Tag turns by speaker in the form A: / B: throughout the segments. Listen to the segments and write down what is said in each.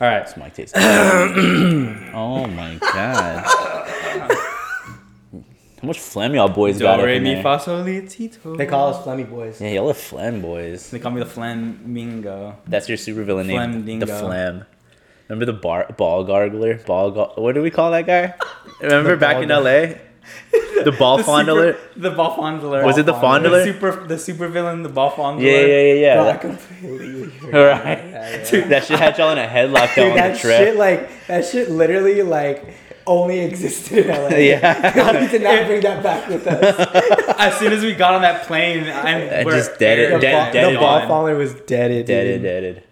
A: All right.
B: It's Mike Tyson. oh my god. How much phlegm y'all boys
C: Do
B: got up
C: re
B: in
C: mi
B: there?
C: fa sol la ti do.
A: They call us Flemmy Boys.
B: Yeah, y'all are phlegm boys.
C: They call me the flamingo.
B: That's your supervillain name,
C: Phlegm
B: the
C: dingo.
B: Phlegm. Remember the bar, ball gargler? Ball, gar- what do we call that guy? Remember back in
A: ball
B: LA, the ball
C: The
B: fondler.
C: super- the ball fondler.
B: Was it the
A: Ball
C: the
B: fondler?
C: super the super villain, the ball fondler?
B: Yeah, yeah, yeah, yeah.
A: Bro, I
B: That-
A: completely forgot.
B: Right.
A: Yeah, yeah.
B: Dude, that shit had y'all in a headlock
A: Dude,
B: on
A: that
B: the trip.
A: shit like that shit literally like only existed in LA.
B: Yeah.
A: we did not bring that back with us.
C: As soon as we got on that plane, I'm
B: Uh,
C: we're
B: just dead it-
A: The,
C: aired
B: dead-
A: ball,
C: on.
B: dead
A: the
B: it
A: ball
B: on.
A: faller was deaded.
B: Deaded,
A: dude.
B: deaded.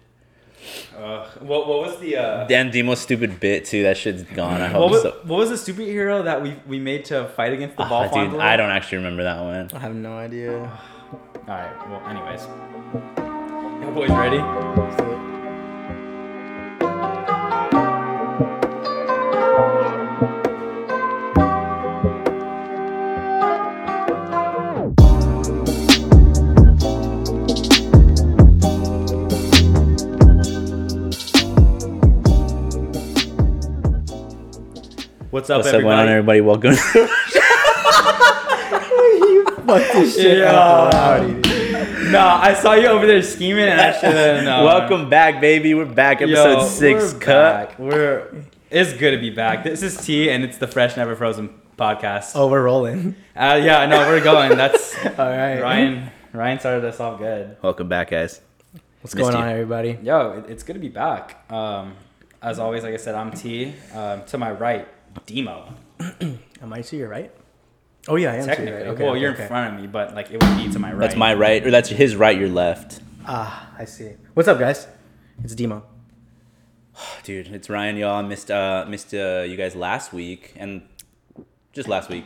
C: Ugh. what what was the uh,
B: Damn Demo's stupid bit too. That shit's gone. I
C: what
B: hope
C: was
B: so.
C: what was the superhero that we we made to fight against the ball
B: Ah,
C: fondler?
B: dude, I don't actually remember that one.
A: I have no idea.
C: All right. Well, anyways, you boys ready? What's up,
B: What's up, going
C: everybody?
B: on, everybody? Welcome.
A: you fucked this shit up. Howdy, dude.
C: no, I saw you over there scheming, and I should have known.
B: Welcome back, baby. We're back. Episode
C: Yo,
B: six.
C: we're
B: Cut.
C: back. We're it's good to be back. This is T, and it's the Fresh Never Frozen podcast.
A: Oh, we're rolling.
C: Uh, yeah, no, we're going. That's
A: All right.
C: Ryan. Ryan started us off good.
B: Welcome back, guys.
A: What's
B: Missed
A: going on,
B: you.
A: everybody?
C: Yo, it- it's good to be back. Um, as always, like I said, I'm T. Um, to my right, Demo.
A: Am I to your right? Oh, yeah, I am to your
C: Technically,
A: right.
C: well, you're in front of me, but like it would be to my right.
B: That's my right, or that's his right. Your left.
A: Ah, I see. What's up, guys? It's Demo.
B: Dude, it's Ryan. Y'all I missed uh missed uh, you guys last week and just last week,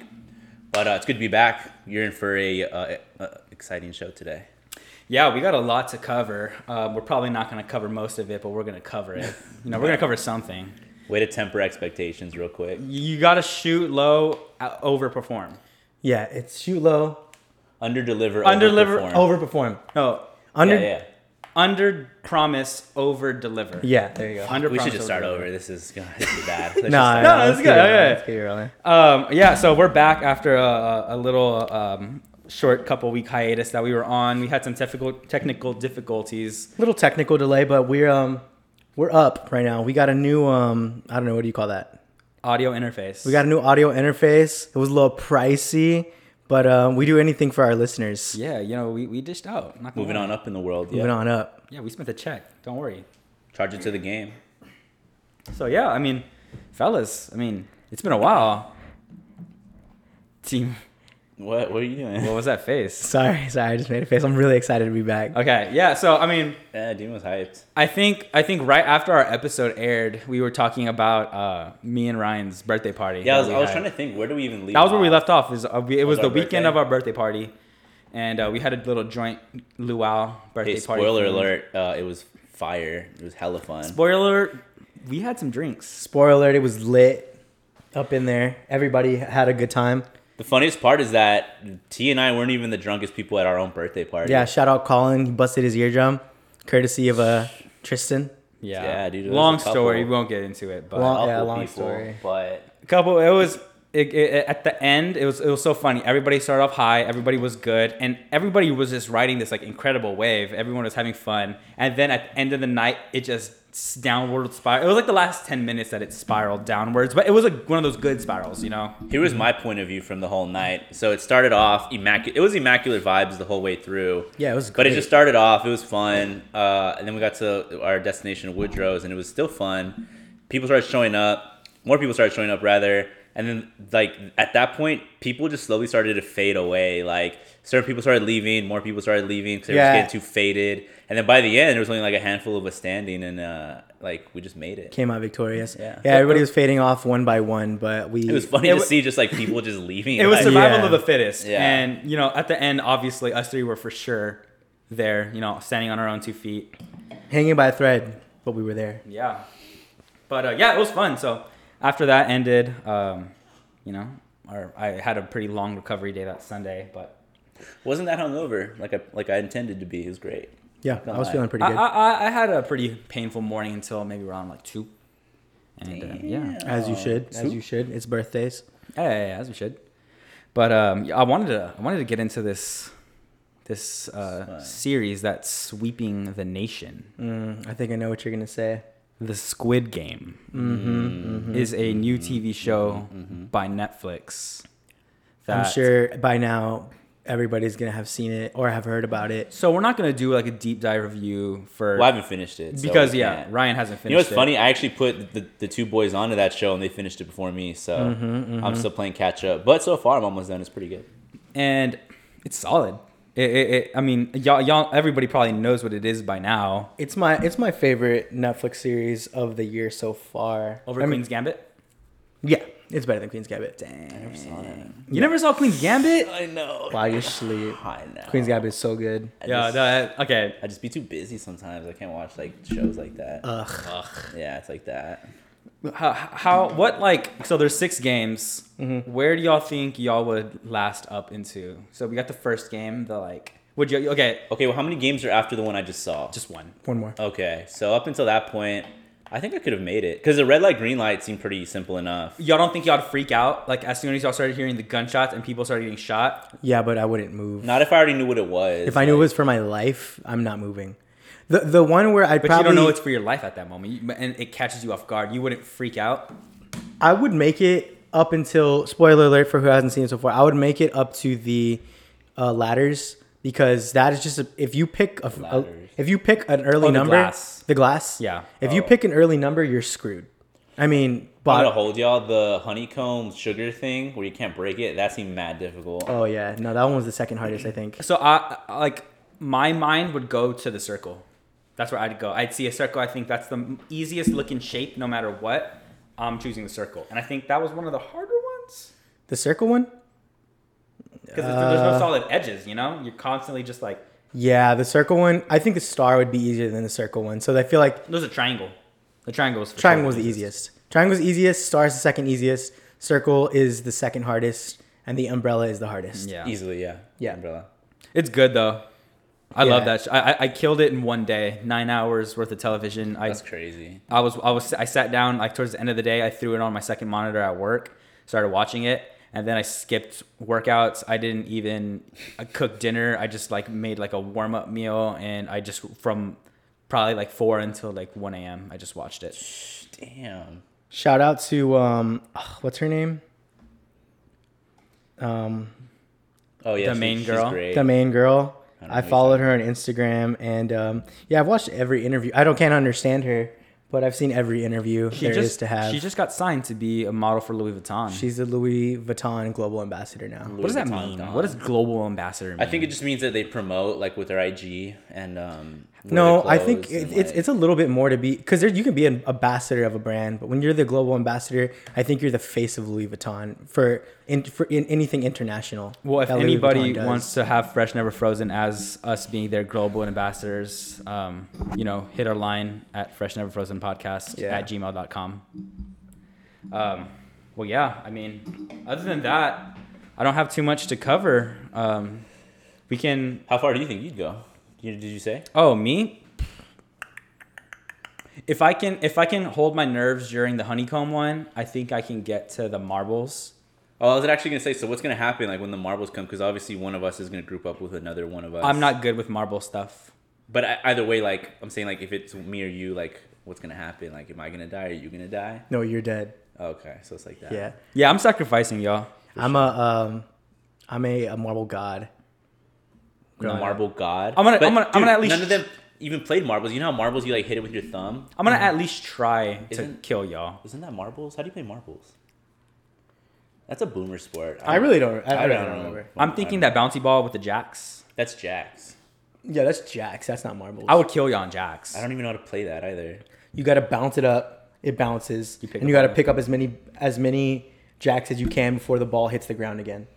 B: but uh, it's good to be back. You're in for a uh, uh, exciting show today.
C: Yeah, we got a lot to cover. Uh, we're probably not going to cover most of it, but we're going to cover it. You know, we're going to cover something.
B: Way to temper expectations, real quick.
C: You got to shoot low, uh, overperform.
A: Yeah, it's shoot low,
B: Under deliver.
C: Underdeliver-
A: overperform.
C: No,
A: Under.
B: Yeah, yeah.
C: under promise, over deliver.
A: Yeah, there you go.
C: Under
B: We should just
C: promise,
B: start
C: overdeliver.
B: over. This is gonna be bad. Let's just
A: Nah,
B: start-
C: No, no,
A: let's
C: it's
A: keep
C: good.
A: it rolling,
C: Okay.
A: Let's keep it rolling.
C: Um, yeah, so we're back after a, a, a little um, short couple week hiatus that we were on. We had some technical technical difficulties.
A: little technical delay, but we're um we're up right now. We got a new um I don't know what do you call that?
C: Audio interface.
A: We got a new audio interface. It was a little pricey, but um, we do anything for our listeners.
C: yeah, you know, we, we dished out. Not gonna
B: Moving
C: lie.
B: on up in the world. Yeah.
A: Moving on up.
C: Yeah, we spent the check. Don't worry.
B: Charge it to the game.
C: So yeah, I mean, fellas, I mean, it's been a while. Team,
B: What? What are you doing?
C: what was that face?
A: Sorry, sorry, I just made a face. I'm really excited to be back.
C: Okay, yeah. So I mean,
B: Yeah, Dean was hyped.
C: I think I think right after our episode aired, we were talking about uh, me and Ryan's birthday party.
B: Yeah, I was,
C: that
B: I
C: we
B: was
C: had.
B: trying to think. Where do we even leave?
C: That was where we
B: off?
C: left off. Is uh, we, it was,
B: Was our
C: the weekend
B: birthday?
C: of our birthday party, and uh, we had a little joint luau birthday
B: Hey,
C: party.
B: spoiler
C: thing.
B: alert! Uh, it was fire. It was hella fun.
C: Spoiler. We had some drinks.
A: Spoiler alert, it was lit up in there. Everybody had a good time.
B: the funniest part is that T and I weren't even the drunkest people at our own birthday party.
A: Yeah, shout out Colin, he busted his eardrum, courtesy of uh Tristan.
C: Yeah,
B: Yeah, dude, it was
C: Long
B: a couple-
C: story. We won't get into it, but
A: Long-
B: Couple
A: yeah, long
B: people,
A: story.
B: But
C: couple. It was it, it, at the end. It was it was so funny. Everybody started off high. Everybody was good, and everybody was just riding this like incredible wave. Everyone was having fun, and then at the end of the night, it just s- downward spiral. It was like the last ten minutes that it spiraled downwards, but it was like one of those good spirals, you know.
B: Here was my point of view from the whole night. So it started off immaculate. It was immaculate vibes the whole way through.
A: Yeah, it was
B: But it
A: great.
B: just started off. It was fun, uh, and then we got to our destination, Woodrow's, and it was still fun. People started showing up. More people started showing up, rather. And then, like at that point, people just slowly started to fade away. Like certain people started leaving. More people started leaving because they
A: Yeah.
B: were just getting too faded. And then by the end, there was only like a handful of us standing, and uh, like we just made it.
A: Came out victorious.
B: Yeah.
A: yeah, everybody was fading off one by one, but we
B: It was funny
C: It
B: to
C: wa-
B: see just like people just leaving.
C: It was
B: like,
C: survival
A: Yeah.
C: of the fittest.
B: Yeah.
C: And, you know, at the end, obviously, us three were for sure there, you know, standing on our own two feet.
A: hanging by a thread, but we were there.
C: Yeah. But uh, yeah, it was fun. So after that ended, um, you know, our, I had a pretty long recovery day that Sunday, but
B: Wasn't that hungover like I like I intended to be. It was great.
A: Yeah, I was feeling pretty
C: I,
A: good.
C: I, I had a pretty painful morning until maybe around like two. And uh, yeah.
A: as you should, as you should. It's birthdays.
C: Yeah, yeah, yeah, as we should. But um, yeah, I wanted to I wanted to get into this this uh, series that's sweeping the nation.
A: Mm, I think I know what you're gonna say.
C: The Squid Game Mm-hmm.
B: Mm-hmm.
C: is a new TV show by Netflix.
A: I'm sure by now everybody's gonna have seen it or have heard about it.
C: So we're not gonna do like a deep dive review for
B: Well, I haven't finished it so
C: because
B: we
C: yeah,
B: can't.
C: Ryan hasn't finished.
B: You know what's
C: it.
B: funny? I actually put the, the two boys onto that show and they finished it before me, so
C: Mm-hmm,
B: I'm still playing catch up. But so far, I'm almost done. It's pretty good.
C: And it's solid. It, it, it, I mean, y'all, y'all, everybody probably knows what it is by now.
A: It's my it's my favorite Netflix series of the year so far.
C: Over
A: I mean,
C: Queen's Gambit.
A: yeah, it's better than Queen's Gambit. Dang,
C: You never saw Queen's Gambit?
B: I know.
A: while you're asleep,
B: I know.
A: Queen's Gambit is so good.
B: I
C: Yeah.
B: just-
C: no, I- okay.
B: I just be too busy sometimes. I can't watch like shows like that.
C: Uh.
A: Ugh,
B: yeah, it's like that.
C: How, how what like so there's six games
B: Mm-hmm.
C: where do y'all think y'all would last up into so we got the first game the like would you okay
B: Okay, well, how many games are after the one I just saw?
C: just one
A: one more.
B: okay, so up until that point, I think I could have made it because the red light, green light seemed pretty simple enough.
C: y'all don't think y'all would freak out like as soon as y'all started hearing the gunshots and people started getting shot
A: Yeah, but I wouldn't move.
B: Not if I already knew what it was.
A: if I knew it was for my life, I'm not moving. The the one where I
C: but
A: probably
C: you don't know it's for your life at that moment you, and it catches you off guard you wouldn't freak out
A: I would make it up until spoiler alert for who hasn't seen it so far. I would make it up to the uh, ladders because that is just a, if you pick a, a-
B: Ladders.
A: if you pick an early
C: Oh, the
A: number
C: glass.
A: the glass
C: Yeah.
A: if you
B: Oh.
A: pick an early number you're screwed. I mean,
B: I'm gonna
A: but
B: hold y'all the honeycomb sugar thing where you can't break it. That seemed mad difficult.
A: oh yeah, no that one was the second hardest I think.
C: so I I- like my mind would go to the circle that's where I'd go I'd see a circle I think that's the easiest looking shape no matter what I'm choosing the circle and I think that was one of the harder ones
A: The circle one?
C: because there's
A: Uh.
C: no solid edges. You know, you're constantly just like
A: Yeah, the circle one. I think the star would be easier than the circle one. So I feel like
C: there's a triangle. The triangle was for
A: triangle was
C: sure
A: the easiest. Triangle was easiest, star is the second easiest, circle is the second hardest, and the umbrella is the hardest.
C: Yeah,
B: Easily, yeah.
A: Yeah.
B: Umbrella.
C: it's good though. I love
A: Yeah.
C: that. Sh- I, I I killed it in one day. Nine hours worth of television. I
B: That's crazy.
C: I was I was I sat down like towards the end of the day. I threw it on my second monitor at work. Started watching it. And then I skipped workouts. I didn't even uh, cook dinner. I just like made like a warm up meal, and I just from probably like four until like one a.m. I just watched it.
B: Damn.
A: Shout out to um, ugh, what's her name? Um,
B: Oh yeah.
C: The main
B: she's
C: girl.
B: great.
A: the main girl.
B: I don't know
A: I
B: who
A: followed her on Instagram, and um, yeah, I've watched every interview. I don't can't understand her, but I've seen every interview there is to have.
C: She just got signed to be a model for Louis Vuitton.
A: She's the Louis Vuitton global ambassador now.
C: what does that
B: Louis Vuitton
C: mean?
B: Don.
C: What does global ambassador mean?
B: I think it just means that they promote like with their IG and um. where
A: No,
B: they
A: I think
B: close
A: it,
B: and,
A: it's
B: like-
A: it's a little bit more to be because you can be an ambassador of a brand, but when you're the global ambassador, I think you're the face of Louis Vuitton for in, for in anything international.
C: well, if
A: that Louis
C: anybody
A: Vuitton does.
C: wants to have Fresh Never Frozen as us being their global ambassadors, um, you know, hit our line at Fresh Never Frozen Podcast
A: Yeah.
C: at gmail.com. Um, well, yeah, I mean, other than that, I don't have too much to cover. Um, we can
B: How far do you think you'd go? You, did you say?
C: Oh, me? If I can if I can hold my nerves during the honeycomb one, I think I can get to the marbles.
B: Oh, I was actually gonna say. So what's gonna happen like when the marbles come? Because obviously one of us is gonna group up with another one of us.
C: I'm not good with marble stuff.
B: But I, either way, like I'm saying, like if it's me or you, like what's gonna happen? Like, am I gonna die? Are you gonna die?
A: no, you're dead.
B: Okay, so it's like that.
A: Yeah,
C: Yeah, I'm sacrificing y'all.
A: I'm a um, I'm a, a marble god.
B: The
A: No.
B: marble god.
C: I'm gonna- I'm gonna- I'm gonna at least-
B: None of them even played marbles. You know how marbles you like hit it with your thumb.
C: I'm gonna at least try to
B: Isn't-
C: kill y'all.
B: Isn't that marbles? How do you play marbles? That's a boomer sport.
A: I really don't. I,
B: I
A: I
B: don't
A: don't
B: know.
A: remember.
C: I'm thinking that bouncy ball with the jacks.
B: That's jacks.
A: Yeah, that's jacks. That's not marbles.
C: I would kill y'all on jacks.
B: I don't even know how to play that either.
A: you got to bounce it up. It bounces,
C: You pick
A: and
C: up
A: you got to
C: on it.
A: pick up as many as many jacks as you can before the ball hits the ground again.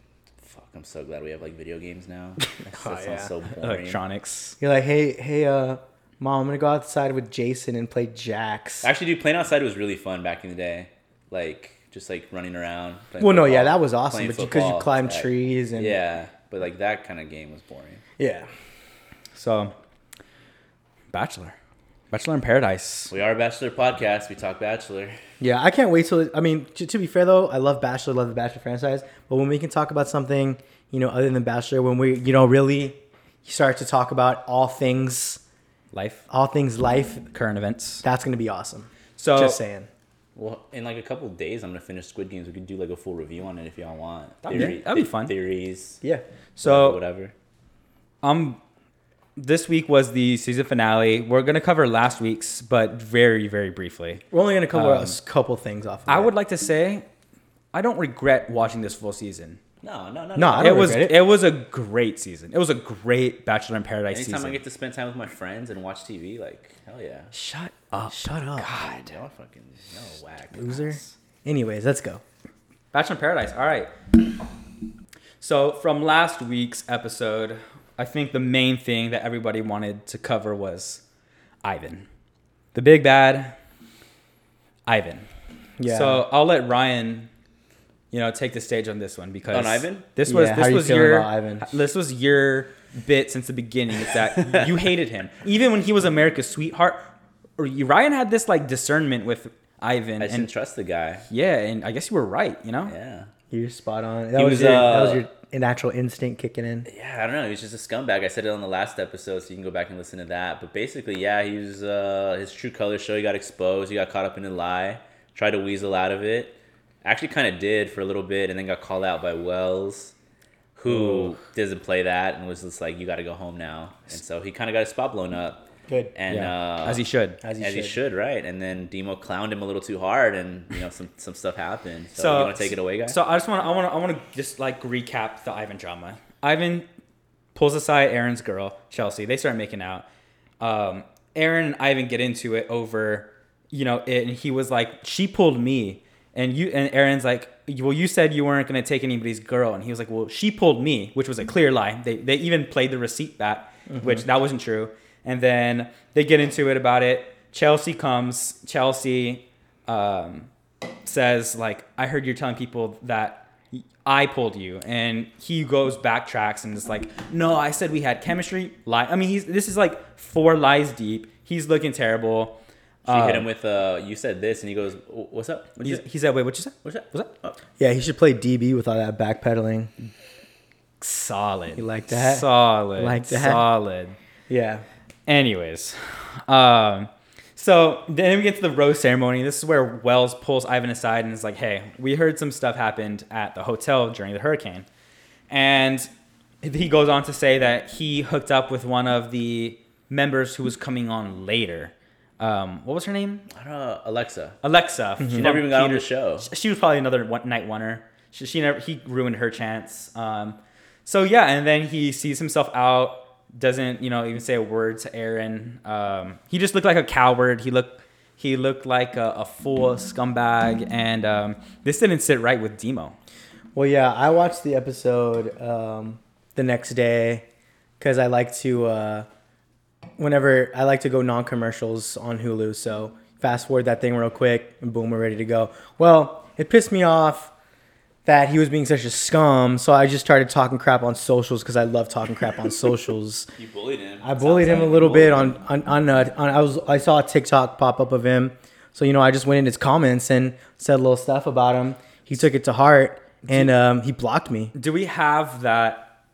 B: Fuck! I'm so glad we have like video games now. That shit sounds
C: Oh,
A: yeah.
B: so boring.
C: Electronics.
A: You're like, hey, hey, uh, mom, I'm gonna go outside with Jason and play jacks.
B: Actually, dude, playing outside was really fun back in the day. Like just like running around. playing
A: Well, no, yeah,
B: football,
A: that was awesome,
B: playing
A: but because you
B: football,
A: climb
B: like-
A: trees and
B: Yeah, but like that kind of game was boring.
A: yeah.
C: So Bachelor. Bachelor in Paradise.
B: We are a Bachelor podcast. We talk Bachelor.
A: Yeah, I can't wait till. it- I mean, to, to be fair though, I love Bachelor, love the Bachelor franchise. But when we can talk about something, you know, other than Bachelor, when we, you know, really start to talk about all things,
C: Life.
A: all things life,
C: Current events.
A: that's gonna be awesome.
C: So
A: Just saying.
B: Well, in like a couple of days, I'm gonna finish Squid Games. We could do like a full review on it if y'all want.
C: That'd be- that'd be fun.
B: Theories.
A: Yeah.
C: So
B: whatever.
C: um this week was the season finale. We're gonna cover last week's, but very, very briefly.
A: We're only gonna cover
C: Um,
A: a couple things off. Of
C: I
A: that.
C: would like to say I don't regret watching this full season.
B: No, no, no.
A: No, I don't
C: It was
A: regret
C: it.
A: it.
C: was a great season. It was a great Bachelor in Paradise
B: Anytime
C: season.
B: I get to spend time with my friends and watch TV, like hell yeah.
A: Shut up. Shut up.
B: God, y'all fucking no whack.
A: Loser. Anyways, let's go.
C: Bachelor in Paradise. All right. So from last week's episode, I think the main thing that everybody wanted to cover was Ivan, the big bad Ivan.
A: Yeah.
C: So I'll let Ryan, you know, take the stage on this one because
B: On Ivan?
C: this was
A: Yeah, how
C: this
A: you
C: was
A: feeling
C: your
A: about Ivan?
C: this was your bit since the beginning. Is that you hated him even when he was America's sweetheart? Or you- Ryan had this like discernment with Ivan,
B: I just didn't
C: and
B: trust the guy.
C: yeah, and I guess you were right. You know,
B: Yeah.
A: You're spot on. That
B: He
A: was,
B: was,
A: your,
B: uh,
A: that was your natural instinct kicking in.
B: Yeah, I don't know. He's just a scumbag. I said it on the last episode, so you can go back and listen to that. But basically, yeah, he was uh, his true colors show. He got exposed. He got caught up in a lie. Tried to weasel out of it. Actually, kind of did for a little bit, and then got called out by Wells, who doesn't play that, and was just like, "You got to go home now." And so he kind of got his spot blown up.
A: Good.
B: And
C: Yeah,
B: uh,
C: as he should.
A: As he
B: as he
A: should.
B: should, right? And then Demo clowned him a little too hard, and you know some some stuff happened. So, you want to take it away, guys?
C: So I just want to I want to I want to just like recap the Ivan drama. Ivan pulls aside Aaron's girl Chelsea. They start making out. Um, Aaron and Ivan get into it over you know it, and he was like she pulled me and you and Aaron's like well you said you weren't gonna take anybody's girl and he was like well she pulled me which was a clear lie. They they even played the receipt back
B: Mm-hmm.
C: which that wasn't true. And then they get into it about it. Chelsea comes. Chelsea. Um, says like i heard you're telling people that i pulled you and he goes backtracks and is like no i said we had chemistry lie i mean he's this is like four lies deep he's looking terrible
B: she hit him with, uh, "You said this," and he goes, "Wh- "What's up? What'd you
C: he's,
B: say?
C: he said wait what you said
B: What's that? Uh,
C: was that
A: Yeah, he should play DB with all that backpedaling.
C: solid
A: You like that?
C: solid
A: Like that?
C: solid
A: Yeah.
C: Anyways, um, so then we get to the rose ceremony. This is where Wells pulls Ivan aside and is like, "Hey, we heard some stuff happened at the hotel during the hurricane," and he goes on to say that he hooked up with one of the members who was coming on later. Um, what was her name?
B: I don't know, Alexa."
C: Alexa.
B: She never even got on the show.
C: She was probably another one, night oneer. She, she never he ruined her chance. Um, so yeah, and then he sees himself out. Doesn't you know even say a word to Aaron. Um, he just looked like a coward. He looked he looked like a, a fool, a scumbag, and um, this didn't sit right with Demo.
A: Well, yeah, I watched the episode um, the next day because I like to, uh, whenever I like to go non commercials on Hulu. So fast forward that thing real quick and boom, we're ready to go. Well, it pissed me off that he was being such a scum. So I just started talking crap on socials because I love talking crap on socials.
B: You bullied him.
A: I bullied him a little bit on on on, uh, on I was I saw a TikTok pop up of him, so you know I just went in his comments and said little stuff about him. He took it to heart and um, he blocked me.
C: Do we have that?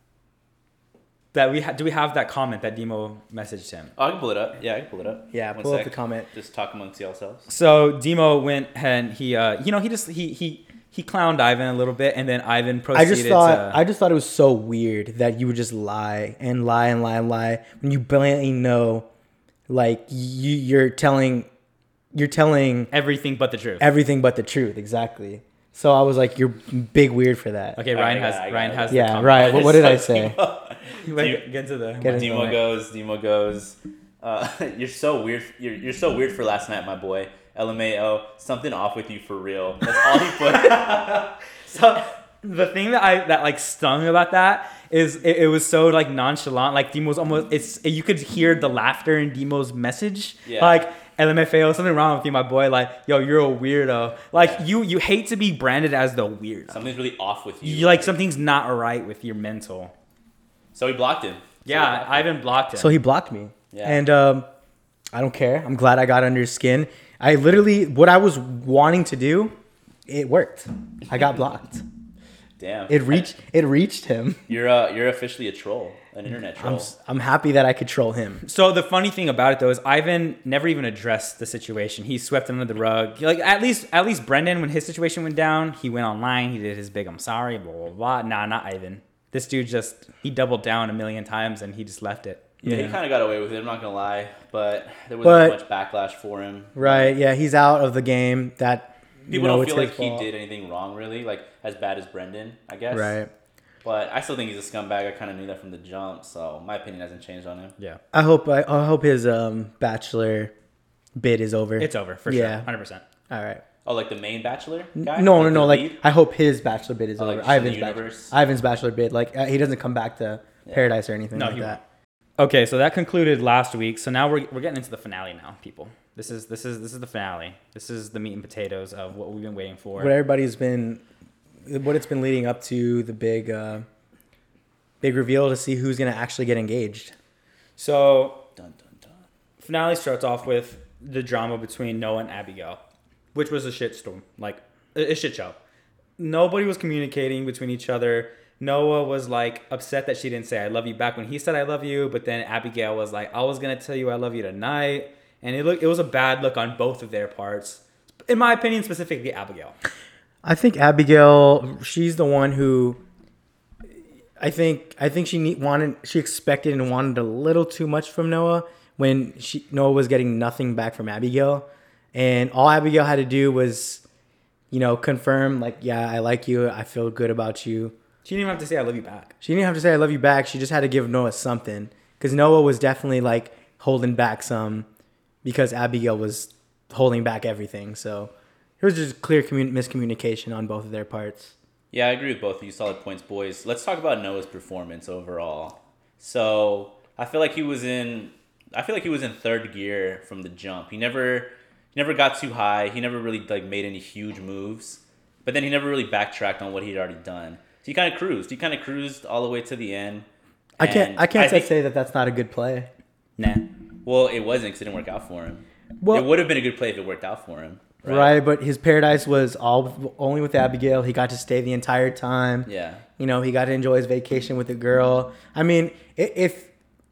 C: That we ha- do we have that comment that Demo messaged him?
B: Oh, I can pull it up. Yeah, I can pull it up.
A: Yeah,
B: One
A: pull up
B: sec.
A: the comment.
B: Just talk amongst yourselves.
C: So Demo went and he, uh, you know, he just he he he clowned Ivan a little bit, and then Ivan
A: I
C: proceeded
A: just thought
C: to.
A: I just thought it was so weird that you would just lie and lie and lie and lie when you blatantly know, like you you're telling, you're telling
C: everything but the truth.
A: everything but the truth exactly. So I was like, you're big weird for that.
C: okay,
B: All right,
C: Ryan
B: I got
C: has
B: it, I got
C: Ryan
B: it.
C: has.
A: Yeah,
C: the
A: right. What, what did I
B: So
A: say?
B: Demo-
C: Right. Get into the.
A: Get it.
B: Demo
A: Alright.
B: goes. Demo goes. Uh, you're so weird. You're, you're so weird for last night, my boy. LMAO. Something off with you for real. That's all he put.
C: So the thing that I that like stung about that is it, it was so like nonchalant. Like Demo's almost it's you could hear the laughter in Demo's message.
B: Yeah.
C: Like LMFAO, something wrong with you, my boy. Like yo, you're a weirdo. Like
B: Yeah.
C: you you hate to be branded as the weirdo.
B: Something's really off with you.
C: you like something's not right with your mental.
B: So he blocked him. So he
C: Yeah,
B: blocked him.
C: Ivan blocked him.
A: So he blocked me.
B: Yeah.
A: And um, I don't care. I'm glad I got under his skin. I literally what I was wanting to do, it worked. I got blocked.
B: Damn.
A: It reached it reached him.
B: You're uh, you're officially a troll, an internet
A: I'm,
B: troll.
A: s- I'm happy that I could troll him.
C: So the funny thing about it though is Ivan never even addressed the situation. He swept it under the rug. Like at least at least Brendan, when his situation went down, he went online. He did his big "I'm sorry," blah blah blah. Nah, not Ivan. This dude just he doubled down a million times and he just left it.
B: yeah, he kind of got away with it. I'm not gonna lie, but there
A: But-
B: wasn't much backlash for him.
A: Right? Yeah, he's out of the game. That you
B: People
A: know,
B: don't
A: it's
B: feel
A: his
B: like he
A: fault.
B: did anything wrong, really. Like as bad as Brendan, I guess.
A: Right.
B: But I still think he's a scumbag. I kind of knew that from the jump, so my opinion hasn't changed on him.
C: Yeah,
A: I hope I, I hope his um bachelor bid is over.
C: it's over for
A: Yeah.
C: sure, hundred percent.
A: All right.
B: Oh, like the main Bachelor guy?
A: No, no,
B: the
A: no. Like
B: lead?
A: I hope his bachelor bid is
B: Oh, like,
A: over.
B: just in the
A: Ivan's bachelor,
B: universe?
A: Ivan's bachelor bid. Like uh, he doesn't come back to paradise or anything
C: No,
A: like
C: he
A: that.
C: Okay, so that concluded last week. So now we're, we're getting into the finale now, people. This is this is this is the finale. This is the meat and potatoes of what we've been waiting for.
A: What everybody's been, what it's been leading up to the big, uh, big reveal to see who's gonna actually get engaged.
C: So
B: Dun, dun, dun.
C: finale starts off with the drama between Noah and Abigail, which was a shitstorm, like a a shit show. Nobody was communicating between each other. Noah was like upset that she didn't say "I love you" back when he said "I love you," but then Abigail was like, "I was gonna tell you I love you tonight," and it looked it was a bad look on both of their parts, in my opinion, specifically Abigail.
A: I think Abigail, she's the one who. I think I think she need, wanted she expected and wanted a little too much from Noah when she Noah was getting nothing back from Abigail, and all Abigail had to do was, you know, confirm like, yeah, I like you, I feel good about you.
C: She didn't even have to say "I love you" back.
A: She didn't have to say I love you back. She just had to give Noah something because Noah was definitely like holding back some because Abigail was holding back everything. So it was just clear commun- miscommunication on both of their parts.
B: Yeah, I agree with both of you. Solid points, boys. Let's talk about Noah's performance overall. So I feel like he was in. I feel like he was in third gear from the jump. He never, he never got too high. He never really like made any huge moves. But then he never really backtracked on what he'd already done. So he kind of cruised. He kind of cruised all the way to the end.
A: I can't
B: And
A: I can't
B: think-
A: say that that's not a good play.
C: Nah.
B: Well, it wasn't because it didn't work out for him.
A: Well-
B: it would have been a good play if it worked out for him.
A: Right. but his paradise was all only with Abigail. He got to stay the entire time.
B: Yeah.
A: You know, he got to enjoy his vacation with the girl. I mean, i- if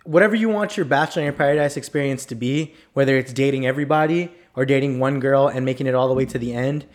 A: whatever you want your bachelor in paradise experience to be, whether it's dating everybody or dating one girl and making it all the way to the end,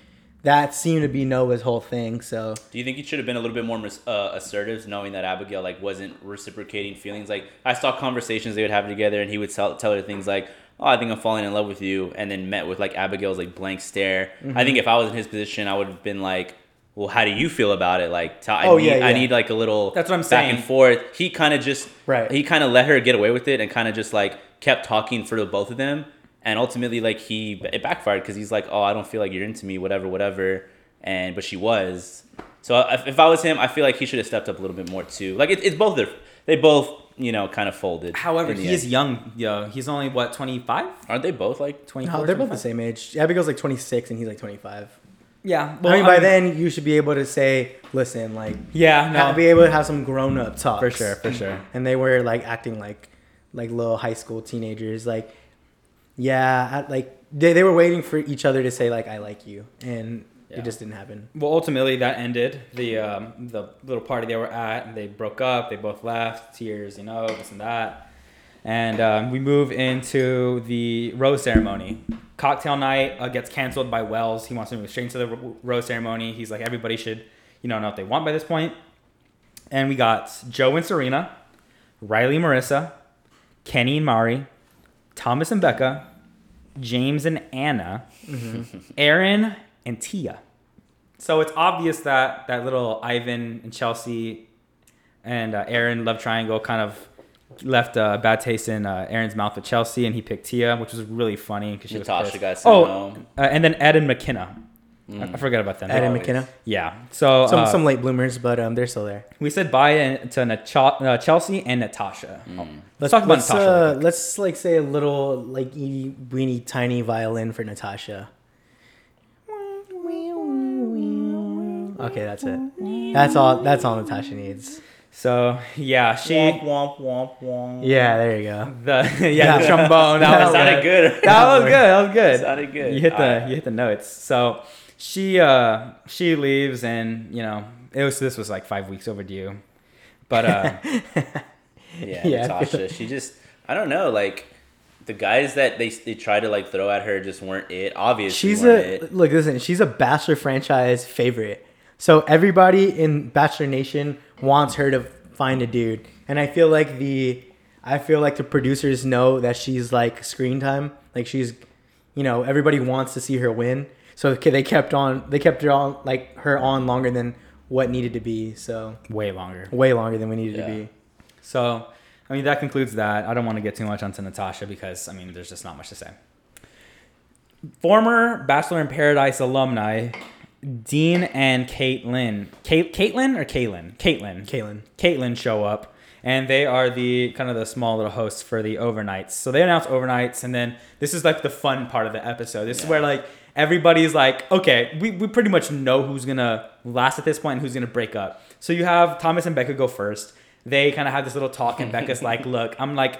A: that seemed to be Noah's whole thing. So
B: Do you think you should have been a little bit more mis- uh, assertive, knowing that Abigail like wasn't reciprocating feelings? Like I saw conversations they would have together, and he would tell, tell her things like, "Oh, I think I'm falling in love with you," and then met with like Abigail's like blank stare. I think if I was in his position, I would have been like, "Well, how do you feel about it?" Like, tell, I
A: Oh,
B: need,
A: yeah,
B: I
A: yeah.
B: need like a little
C: That's what I'm
B: back
C: saying.
B: and forth. He kind of just
A: Right.
B: He kind of let her get away with it, and kind of just like kept talking for the both of them. And ultimately, like he it backfired because he's like, "Oh, I don't feel like you're into me, whatever, whatever." And but she was. So uh, if, if I was him, I feel like he should have stepped up a little bit more too. Like it, it's both their, they both you know kind of folded.
C: However,
B: in the
C: he is
B: end.
C: young, yo. He's only what 25,
B: aren't they both like twenty?
C: 24.
A: no, they're both
C: 25?
A: the same age. Abigail's like 26 and he's like 25.
C: Yeah.
A: I mean, by then you should be able to say, listen, like,
C: Yeah. No.
A: ha- be able to have some grown up talk
C: For sure, for sure.
A: And they were like acting like like little high school teenagers. Like, yeah, I, like they they were waiting for each other to say like I like you, and
C: Yeah.
A: it just didn't happen.
C: Well, ultimately, that ended the um, the little party they were at. They broke up. They both left. Tears, you know, this and that. And um, we move into the rose ceremony. Cocktail night uh, gets canceled by Wells. He wants to move straight into the r- rose ceremony. He's like, everybody should, you know, know what they want by this point. And we got Joe and Serena, Riley, and Marissa, Kenny and Mari, Thomas and Becca, James and Anna,
B: Mm-hmm.
C: Aaron and Tia. So it's obvious that that little Ivan and Chelsea and uh, Aaron love triangle kind of left a bad taste in uh, Aaron's mouth with Chelsea, and he picked Tia, which was really funny because she was
B: Natasha
C: pissed.
B: got sent
C: oh,
B: home. Mm.
C: uh, and then Ed and McKenna. I, I forgot about them.
A: Ed and
B: always.
A: McKenna,
C: yeah. So
A: some
C: uh,
A: some late bloomers, but um, they're still there.
C: we said bye in- to Nacha- uh, Chelsea and Natasha. Let's,
A: Let's
C: talk about
A: let's,
C: Natasha.
A: uh,
C: real quick.
A: let's like say a little like eeny weeny tiny violin for Natasha. Okay, that's it. That's all. That's all Natasha needs.
C: So yeah, she
B: Womp womp womp womp.
A: Yeah, there you go.
C: the yeah,
A: Yeah.
C: the trombone. That
B: Oh, That
C: was
B: sounded
C: good.
B: good.
C: That was good. That was good.
B: Sounded good.
C: You hit the
B: Alright.
C: you hit the notes. So she uh she leaves and you know it was this was like five weeks overdue, but uh
B: Yeah,
A: Yeah, I
B: Natasha.
A: feel-
B: She just I don't know, like the guys that they they try to like throw at her just weren't it. Obviously,
A: She's
B: weren't
A: a
B: it.
A: look. Listen, she's a Bachelor franchise favorite. So everybody in Bachelor Nation wants her to find a dude, and I feel like the I feel like the producers know that she's like screen time. Like she's, you know, everybody wants to see her win. So they kept on. They kept her on like her on longer than what needed to be. So
C: way longer.
A: way longer than we needed to
B: Yeah.
A: be.
C: So I mean that concludes that. I don't want to get too much onto Natasha because I mean there's just not much to say. Former Bachelor in Paradise alumni Dean and Caitlin, Kate, Caitlin or Caitlin, Caitlin,
A: Caitlin.
C: Caitlin show up, and they are the kind of the small little hosts for the overnights. So they announce overnights, and then this is like the fun part of the episode. This is
B: Yeah.
C: where like everybody's like, okay, we, we pretty much know who's gonna last at this point and who's gonna break up. So you have Thomas and Becca go first. They kind of have this little talk, and Becca's like, "Look, I'm like,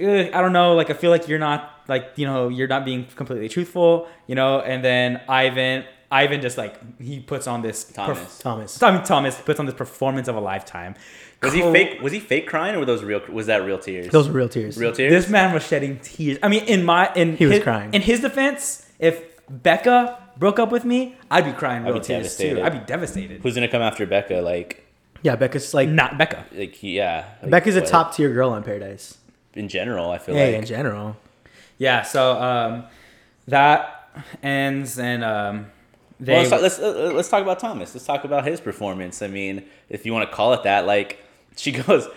C: ugh, I don't know. Like, I feel like you're not like, you know, you're not being completely truthful, you know." And then Ivan, Ivan just like he puts on this perf-
B: Thomas.
A: Thomas.
C: Tommy Thomas puts on this performance of a lifetime.
B: Was he
C: Co-
B: fake? Was he fake crying, or were those real? Was that real tears?
A: Those were real tears.
B: real tears.
C: This man was shedding tears. I mean, in my in
A: He was
C: his-
A: crying.
C: In his defense, if Becca broke up with me, I'd be crying real
B: be
C: tears too.
B: devastated.
C: I'd be devastated.
B: Who's gonna come after Becca? Like,
A: Yeah, Becca's like
C: Not Becca.
B: like he- yeah. Like,
A: Becca's a
B: what-
A: top tier girl on Paradise.
B: in general. I feel
A: Yeah,
B: like
A: in general.
C: Yeah. So um, that ends, and um, they
B: Well, let's, talk, let's uh, let's talk about Thomas. Let's talk about his performance. I mean, if you want to call it that, like she goes,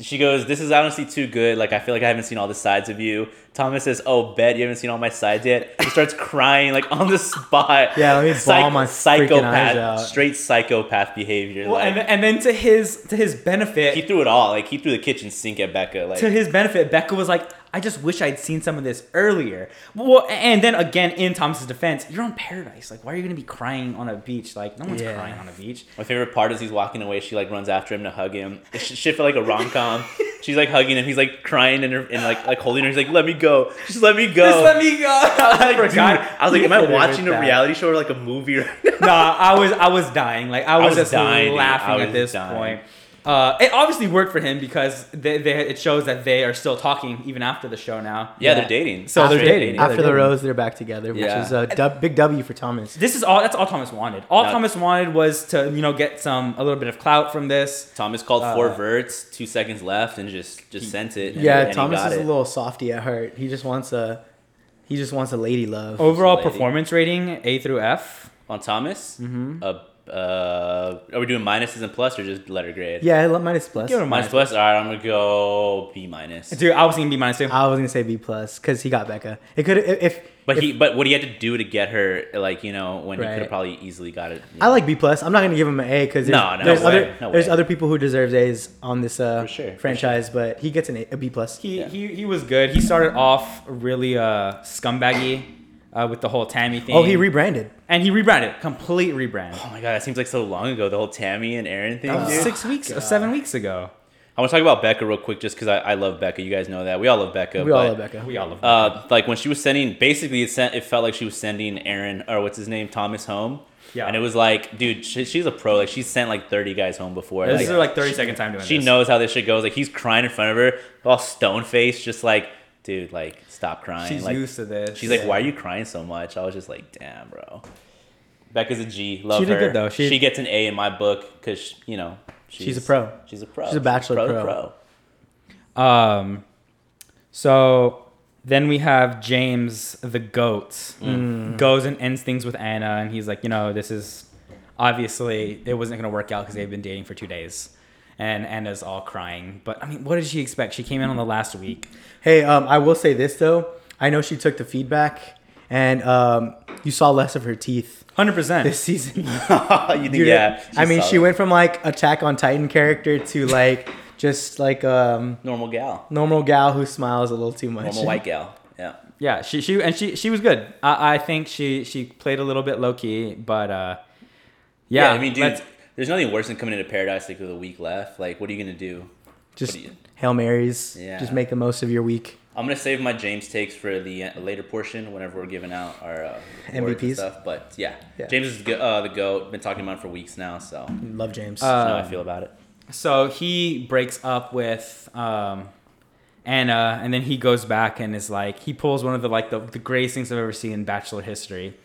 B: she goes. This is honestly too good. Like I feel like I haven't seen all the sides of you. Thomas says, "Oh, bet you haven't seen all my sides yet." He starts crying like on the spot.
A: Yeah, let me bawl my freaking eyes
B: psychopath,
A: out.
B: straight psychopath behavior.
C: well,
B: like
C: and, then- and then to his to his benefit,
B: he threw it all. Like he threw the kitchen sink at Becca. Like
C: to his benefit, Becca was like, I just wish I'd seen some of this earlier. Well, and then again, in Thomas's defense, you're on paradise. Like, why are you going to be crying on a beach? Like, no one's
A: Yeah.
C: crying on a beach.
B: My favorite part is he's walking away. She like runs after him to hug him. It sh- shit felt like a rom com. She's like hugging him. He's like crying and, her, and like like holding her. He's like, "Let me go, just let me go."
C: Just let me go.
B: I, was
C: I
B: like, dude, I was like, "Am I
C: Literally
B: watching a
C: that.
B: reality show or like a movie?" Right now?
C: nah, I was I was dying. Like I was,
B: was
C: just
B: dying, dude.
C: laughing
B: I
C: at
B: was
C: this
B: dying.
C: point. Uh, it obviously worked for him because they, they, it shows that they are still talking even after the show now.
B: Yeah, they're dating.
C: So they're
B: Straight
C: dating. Yeah,
A: After
C: they
A: the
C: did.
A: rose, they're back together, which
B: Yeah.
A: is a dub, big W for Thomas.
C: This is all. That's all Thomas wanted. All
B: No.
C: Thomas wanted was to you know get some a little bit of clout from this.
B: Thomas called
C: Uh,
B: four verts, two seconds left, and just just sent it. and-
A: Yeah,
B: and he
A: Thomas
B: got
A: is a
B: it.
A: little softy at heart. He just wants a, he just wants a lady love.
C: Overall
B: Lady.
C: performance rating A through F.
B: on Thomas. Mm-hmm. Uh, uh, are we doing minuses and plus or just letter grade?
A: Yeah, let minus plus.
C: Give him a
B: minus
C: minus.
B: plus. All right, I'm gonna go B minus.
C: Dude, I was gonna be minus two.
A: I was gonna say B plus because he got Becca. It could if, if
B: But
A: if-
B: he, but what he had to do to get her, like you know, when he could
A: Right.
B: have probably easily got it. you
A: I
B: know.
A: like B plus. I'm not gonna give him an A because there's,
B: No, no
A: there's
B: way.
A: other
B: No
A: there's
B: way.
A: other people who deserves A's on this uh,
B: For sure, for
A: franchise, but he gets an a, a B plus.
C: He,
B: Yeah.
C: he he was good. He started off really uh scumbaggy uh, with the whole Tammy thing.
A: Oh, he rebranded.
C: and he rebranded, complete rebrand.
B: Oh my god, that seems like so long ago. The whole Tammy and Aaron thing.
C: That was
B: dude.
C: six weeks,
A: God.
C: seven weeks ago.
B: I want to talk about Becca real quick, just because I, I love Becca. You guys know that we all love Becca.
A: We all
B: but,
A: love Becca.
C: We all love.
B: Uh, like when she was sending, basically it sent. It felt like she was sending Aaron or what's his name, Thomas home.
C: Yeah.
B: And it was like, dude, she, she's a pro. Like she sent like thirty guys home before.
C: this
B: like,
C: is her, like thirty second time doing
B: she
C: this.
B: knows how this shit goes. Like he's crying in front of her, all stone faced, just like, dude, like stop crying.
C: She's
B: like,
C: used to this.
B: She's like, "Why are you crying so much?" I was just like, "Damn, bro." Becca's a G. Love
C: She did
B: her.
C: good, though. She-
B: She, gets an A in my book because you know she's,
A: a pro.
B: She's a pro.
A: She's a bachelor
B: pro.
A: pro.
C: Um, so then we have James the goat goes and ends things with Anna, and he's like, you know, this is obviously it wasn't gonna work out because they've been dating for two days, and Anna's all crying. But I mean, what did she expect? She came in on the last week.
A: Hey, um, I will say this though. I know she took the feedback, and um, you saw less of her teeth
C: Hundred percent.
A: this season.
B: you think,
A: Dude,
B: yeah.
A: I mean,
B: solid.
A: she went from like Attack on Titan character to like just like um
B: normal gal,
A: normal gal who smiles a little too much.
B: normal white gal. Yeah.
C: Yeah, she she and she she was good. I, I think she she played a little bit low key, but uh, yeah,
B: I mean, dude,
C: let's-
B: there's nothing worse than coming into paradise like with a week left. Like, what are you gonna do?
A: Just
B: What do you-
A: hail marys.
B: Yeah.
A: Just make the most of your week.
B: I'm gonna save my James takes for the uh, later portion whenever we're giving out our uh, awards and
A: MVPs?
B: stuff. But yeah,
A: Yeah.
B: James is go- uh, the goat. Been talking about him for weeks now, so that's
A: Love James.
B: how I
C: Um,
B: feel about it.
C: So he breaks up with um, Anna, and then he goes back and is like, he pulls one of the like the, the greatest things I've ever seen in Bachelor history.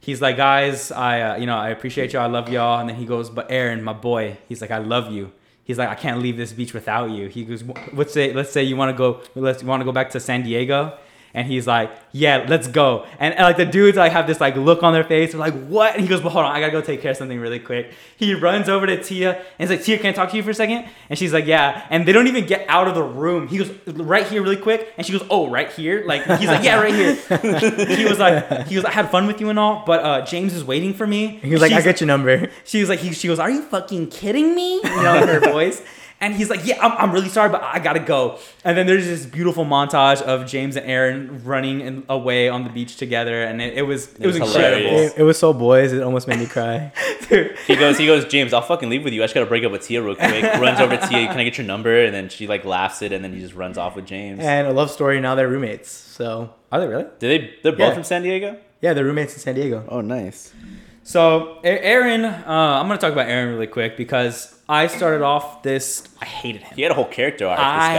C: He's like, guys, I uh, you know I appreciate y'all, I love y'all, and then he goes, but Aaron, my boy, he's like, I love you. He's like, I can't leave this beach without you. He goes, let's say let's say you want to go, let's you want to go back to San Diego. And he's like, yeah, let's go. And, and, like the dudes like have this like look on their face, they're like, what? And he goes, but hold on, I gotta go take care of something really quick. He runs over to Tia and he's like, Tia, can I talk to you for a second? And she's like, yeah. And they don't even get out of the room. He goes right here really quick, and she goes, oh, right here. Like he's like, yeah, right here. he was like, he goes, I had fun with you and all, but uh, James is waiting for me.
A: he was like, I
C: She's-
A: got your number.
C: she was like, he, she goes, are you fucking kidding me? You know, in her voice. And he's like, yeah, I'm, I'm really sorry, but I gotta go. And then there's this beautiful montage of James and Aaron running in, away on the beach together, and it, it was it, was
B: was
C: incredible.
B: hilarious.
A: It, it was so boys, it almost made me cry.
C: Dude,
B: He goes, he goes, James, I'll fucking leave with you. I just gotta break up with Tia real quick. Runs over to Tia, can I get your number? And then she like laughs it, and then he just runs off with James.
A: and a love story. Now they're roommates. So
C: Are they really?
B: Do they? They're both
A: Yeah.
B: from San Diego.
A: yeah, they're roommates in San Diego.
B: Oh, nice.
C: So A- Aaron, uh, I'm gonna talk about Aaron really quick because I started off this. I hated him.
B: He had a whole character arc. This
C: I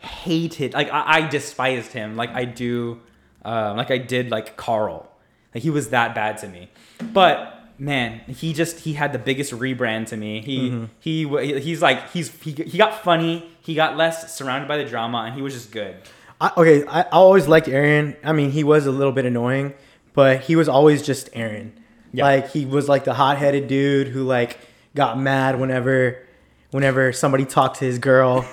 B: guy.
C: hated, like, I, I despised him, like I do, um, like I did, like Carl. Like he was that bad to me. But man, he just he had the biggest rebrand to me. He
A: Mm-hmm.
C: he w- he's like he's he, he got funny. He got less surrounded by the drama, and he was just good.
A: I, okay, I, I always liked Aaron. I mean, he was a little bit annoying, but he was always just Aaron.
C: Yeah.
A: Like he was like the hot-headed dude who like got mad whenever, whenever somebody talked to his girl,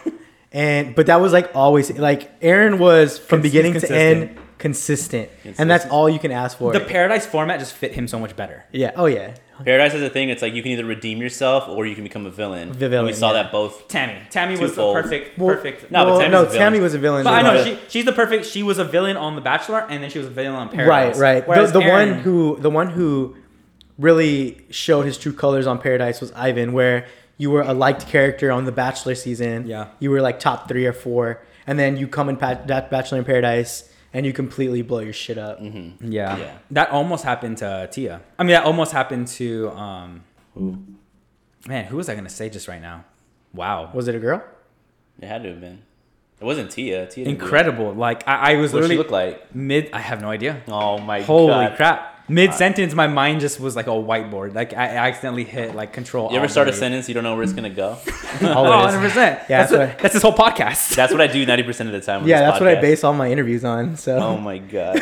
A: and but that was like always like Aaron was from
C: Cons-
A: beginning to
C: consistent.
A: end consistent, and that's all you can ask for.
C: The Paradise format just fit him so much better.
A: yeah. Oh yeah.
B: Paradise is a thing. It's like you can either redeem yourself or you can become a villain.
A: The villain,
B: And we saw
A: yeah.
B: that both.
C: Tammy, Tammy was the
B: Twofold.
C: perfect,
A: Well,
C: perfect.
B: No, but
A: well,
B: Tammy
A: no,
B: was a villain.
A: Tammy was a villain.
C: But I know
B: Right.
C: she, she's the perfect. She was a villain on The Bachelor, and then she was a villain on
A: right
C: Paradise.
A: right
C: Whereas
A: the, the
C: Aaron-
A: one who the one who really showed his true colors on paradise was ivan where you were a liked character on the bachelor season
C: Yeah.
A: you were like top three or four and then you come in pa- that bachelor in paradise and you completely blow your shit up
C: Mm-hmm. Yeah.
B: Yeah.
C: That almost happened to Tia. I mean, that almost happened to um Man, who was I going to say just right now? Wow.
A: was it a girl
B: It had to have been. It wasn't Tia. Tia. didn't do it.
C: Incredible. Like I, I was
B: What did she
C: literally
B: look like?
C: mid I have no idea.
B: Oh my
C: Holy
B: god.
C: crap. Mid sentence my mind just was like a whiteboard. Like I I accidentally hit like control
B: You ever start a sentence
C: sentence?
B: you don't know where it's gonna go?
C: Oh,
A: Always.
C: 100%.
A: Yeah,
C: that's, what-
A: that's what-
C: that's this whole podcast.
B: That's what I do ninety percent of the time. on
A: yeah
B: this
A: that's what i
B: podcast.
A: base all my interviews on so
B: Oh my god.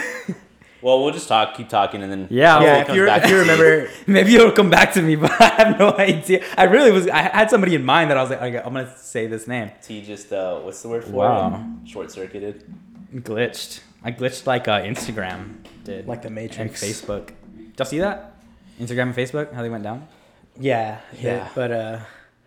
B: well, we'll just talk, keep talking, and then
C: Yeah,
B: hopefully
A: yeah
B: it
A: if,
B: comes
A: you
B: back
A: if you
B: to me.
A: remember
C: Maybe it'll come back to me, but I have no idea. I really was I had somebody in mind that I was like okay, I'm going to say this name.
B: T just uh, what's the word for
C: Wow.
B: it? Short circuited.
C: glitched. I glitched like uh, Instagram did,
A: Like the Matrix.
C: and Facebook. Did y'all see that? Instagram and Facebook, how they went down.
A: yeah
B: Yeah.
A: but uh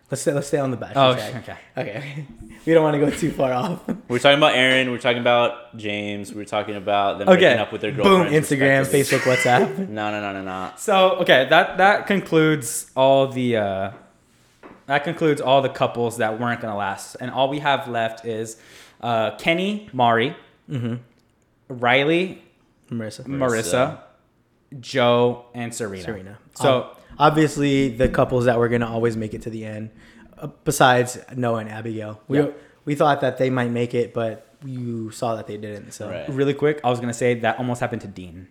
A: let's stay, let's stay on the bachelor
C: Oh,
A: track.
C: okay.
A: okay we don't want to go too far off
B: We were talking about Aaron. We were talking about James. We were talking about them
C: Okay.
B: breaking up with their
A: boom
B: girlfriends.
A: instagram
B: respectively.
A: facebook whatsapp
B: No, no, no, no, no.
C: So okay, that that concludes all the uh, that concludes all the couples that weren't gonna last, and all we have left is uh, Kenny, Mari,
A: Mm-hmm.
C: Riley,
A: Marissa.
C: Marissa. Joe, and Serena.
A: Serena.
C: So
A: Ob- obviously, the couples that were gonna always make it to the end, uh, besides Noah and Abigail, we
C: Yeah.
A: we thought that they might make it, but you saw that they didn't. So
B: Right.
C: really quick, I was gonna say that almost happened to Dean,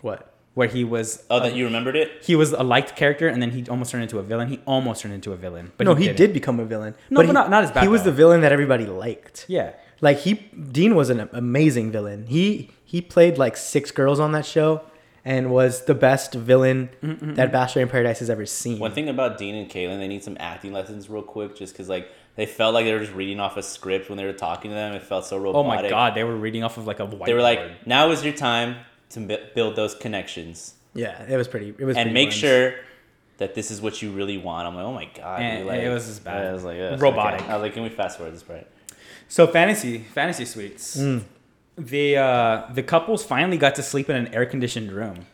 A: what?
C: where he was
B: Oh, that you remembered it?
C: he was a liked character and then he almost turned into a villain. He almost turned into a villain. But
A: no, he,
C: didn't.
A: did become a villain.
C: No, but
A: he-
C: not- not as bad,
A: He was
C: though.
A: the villain that everybody liked.
C: Yeah.
A: Like he, Dean was an amazing villain. He he played like six girls on that show, and was the best villain that Bachelor in Paradise has ever seen.
B: One thing about Dean and Kaylin, they need some acting lessons real quick, just because like they felt like they were just reading off a script when they were talking to them. It felt so
C: Oh
B: robotic.
C: my god, they were reading off of like a whiteboard.
B: They were like, "Now is your time to bu- build those connections
A: yeah, it was pretty. It was
B: and
A: pretty
B: make
A: lame.
B: sure." That this is what you really want. I'm like, oh my god,
C: And-
B: dude,
C: and
B: like,
C: it was just bad.
B: I was like, "Ugh,
C: Robotic.
B: Okay. I was like, can we fast forward this part?
C: so fantasy, fantasy suites.
A: Mm.
C: The uh, the couples finally got to sleep in an air conditioned room.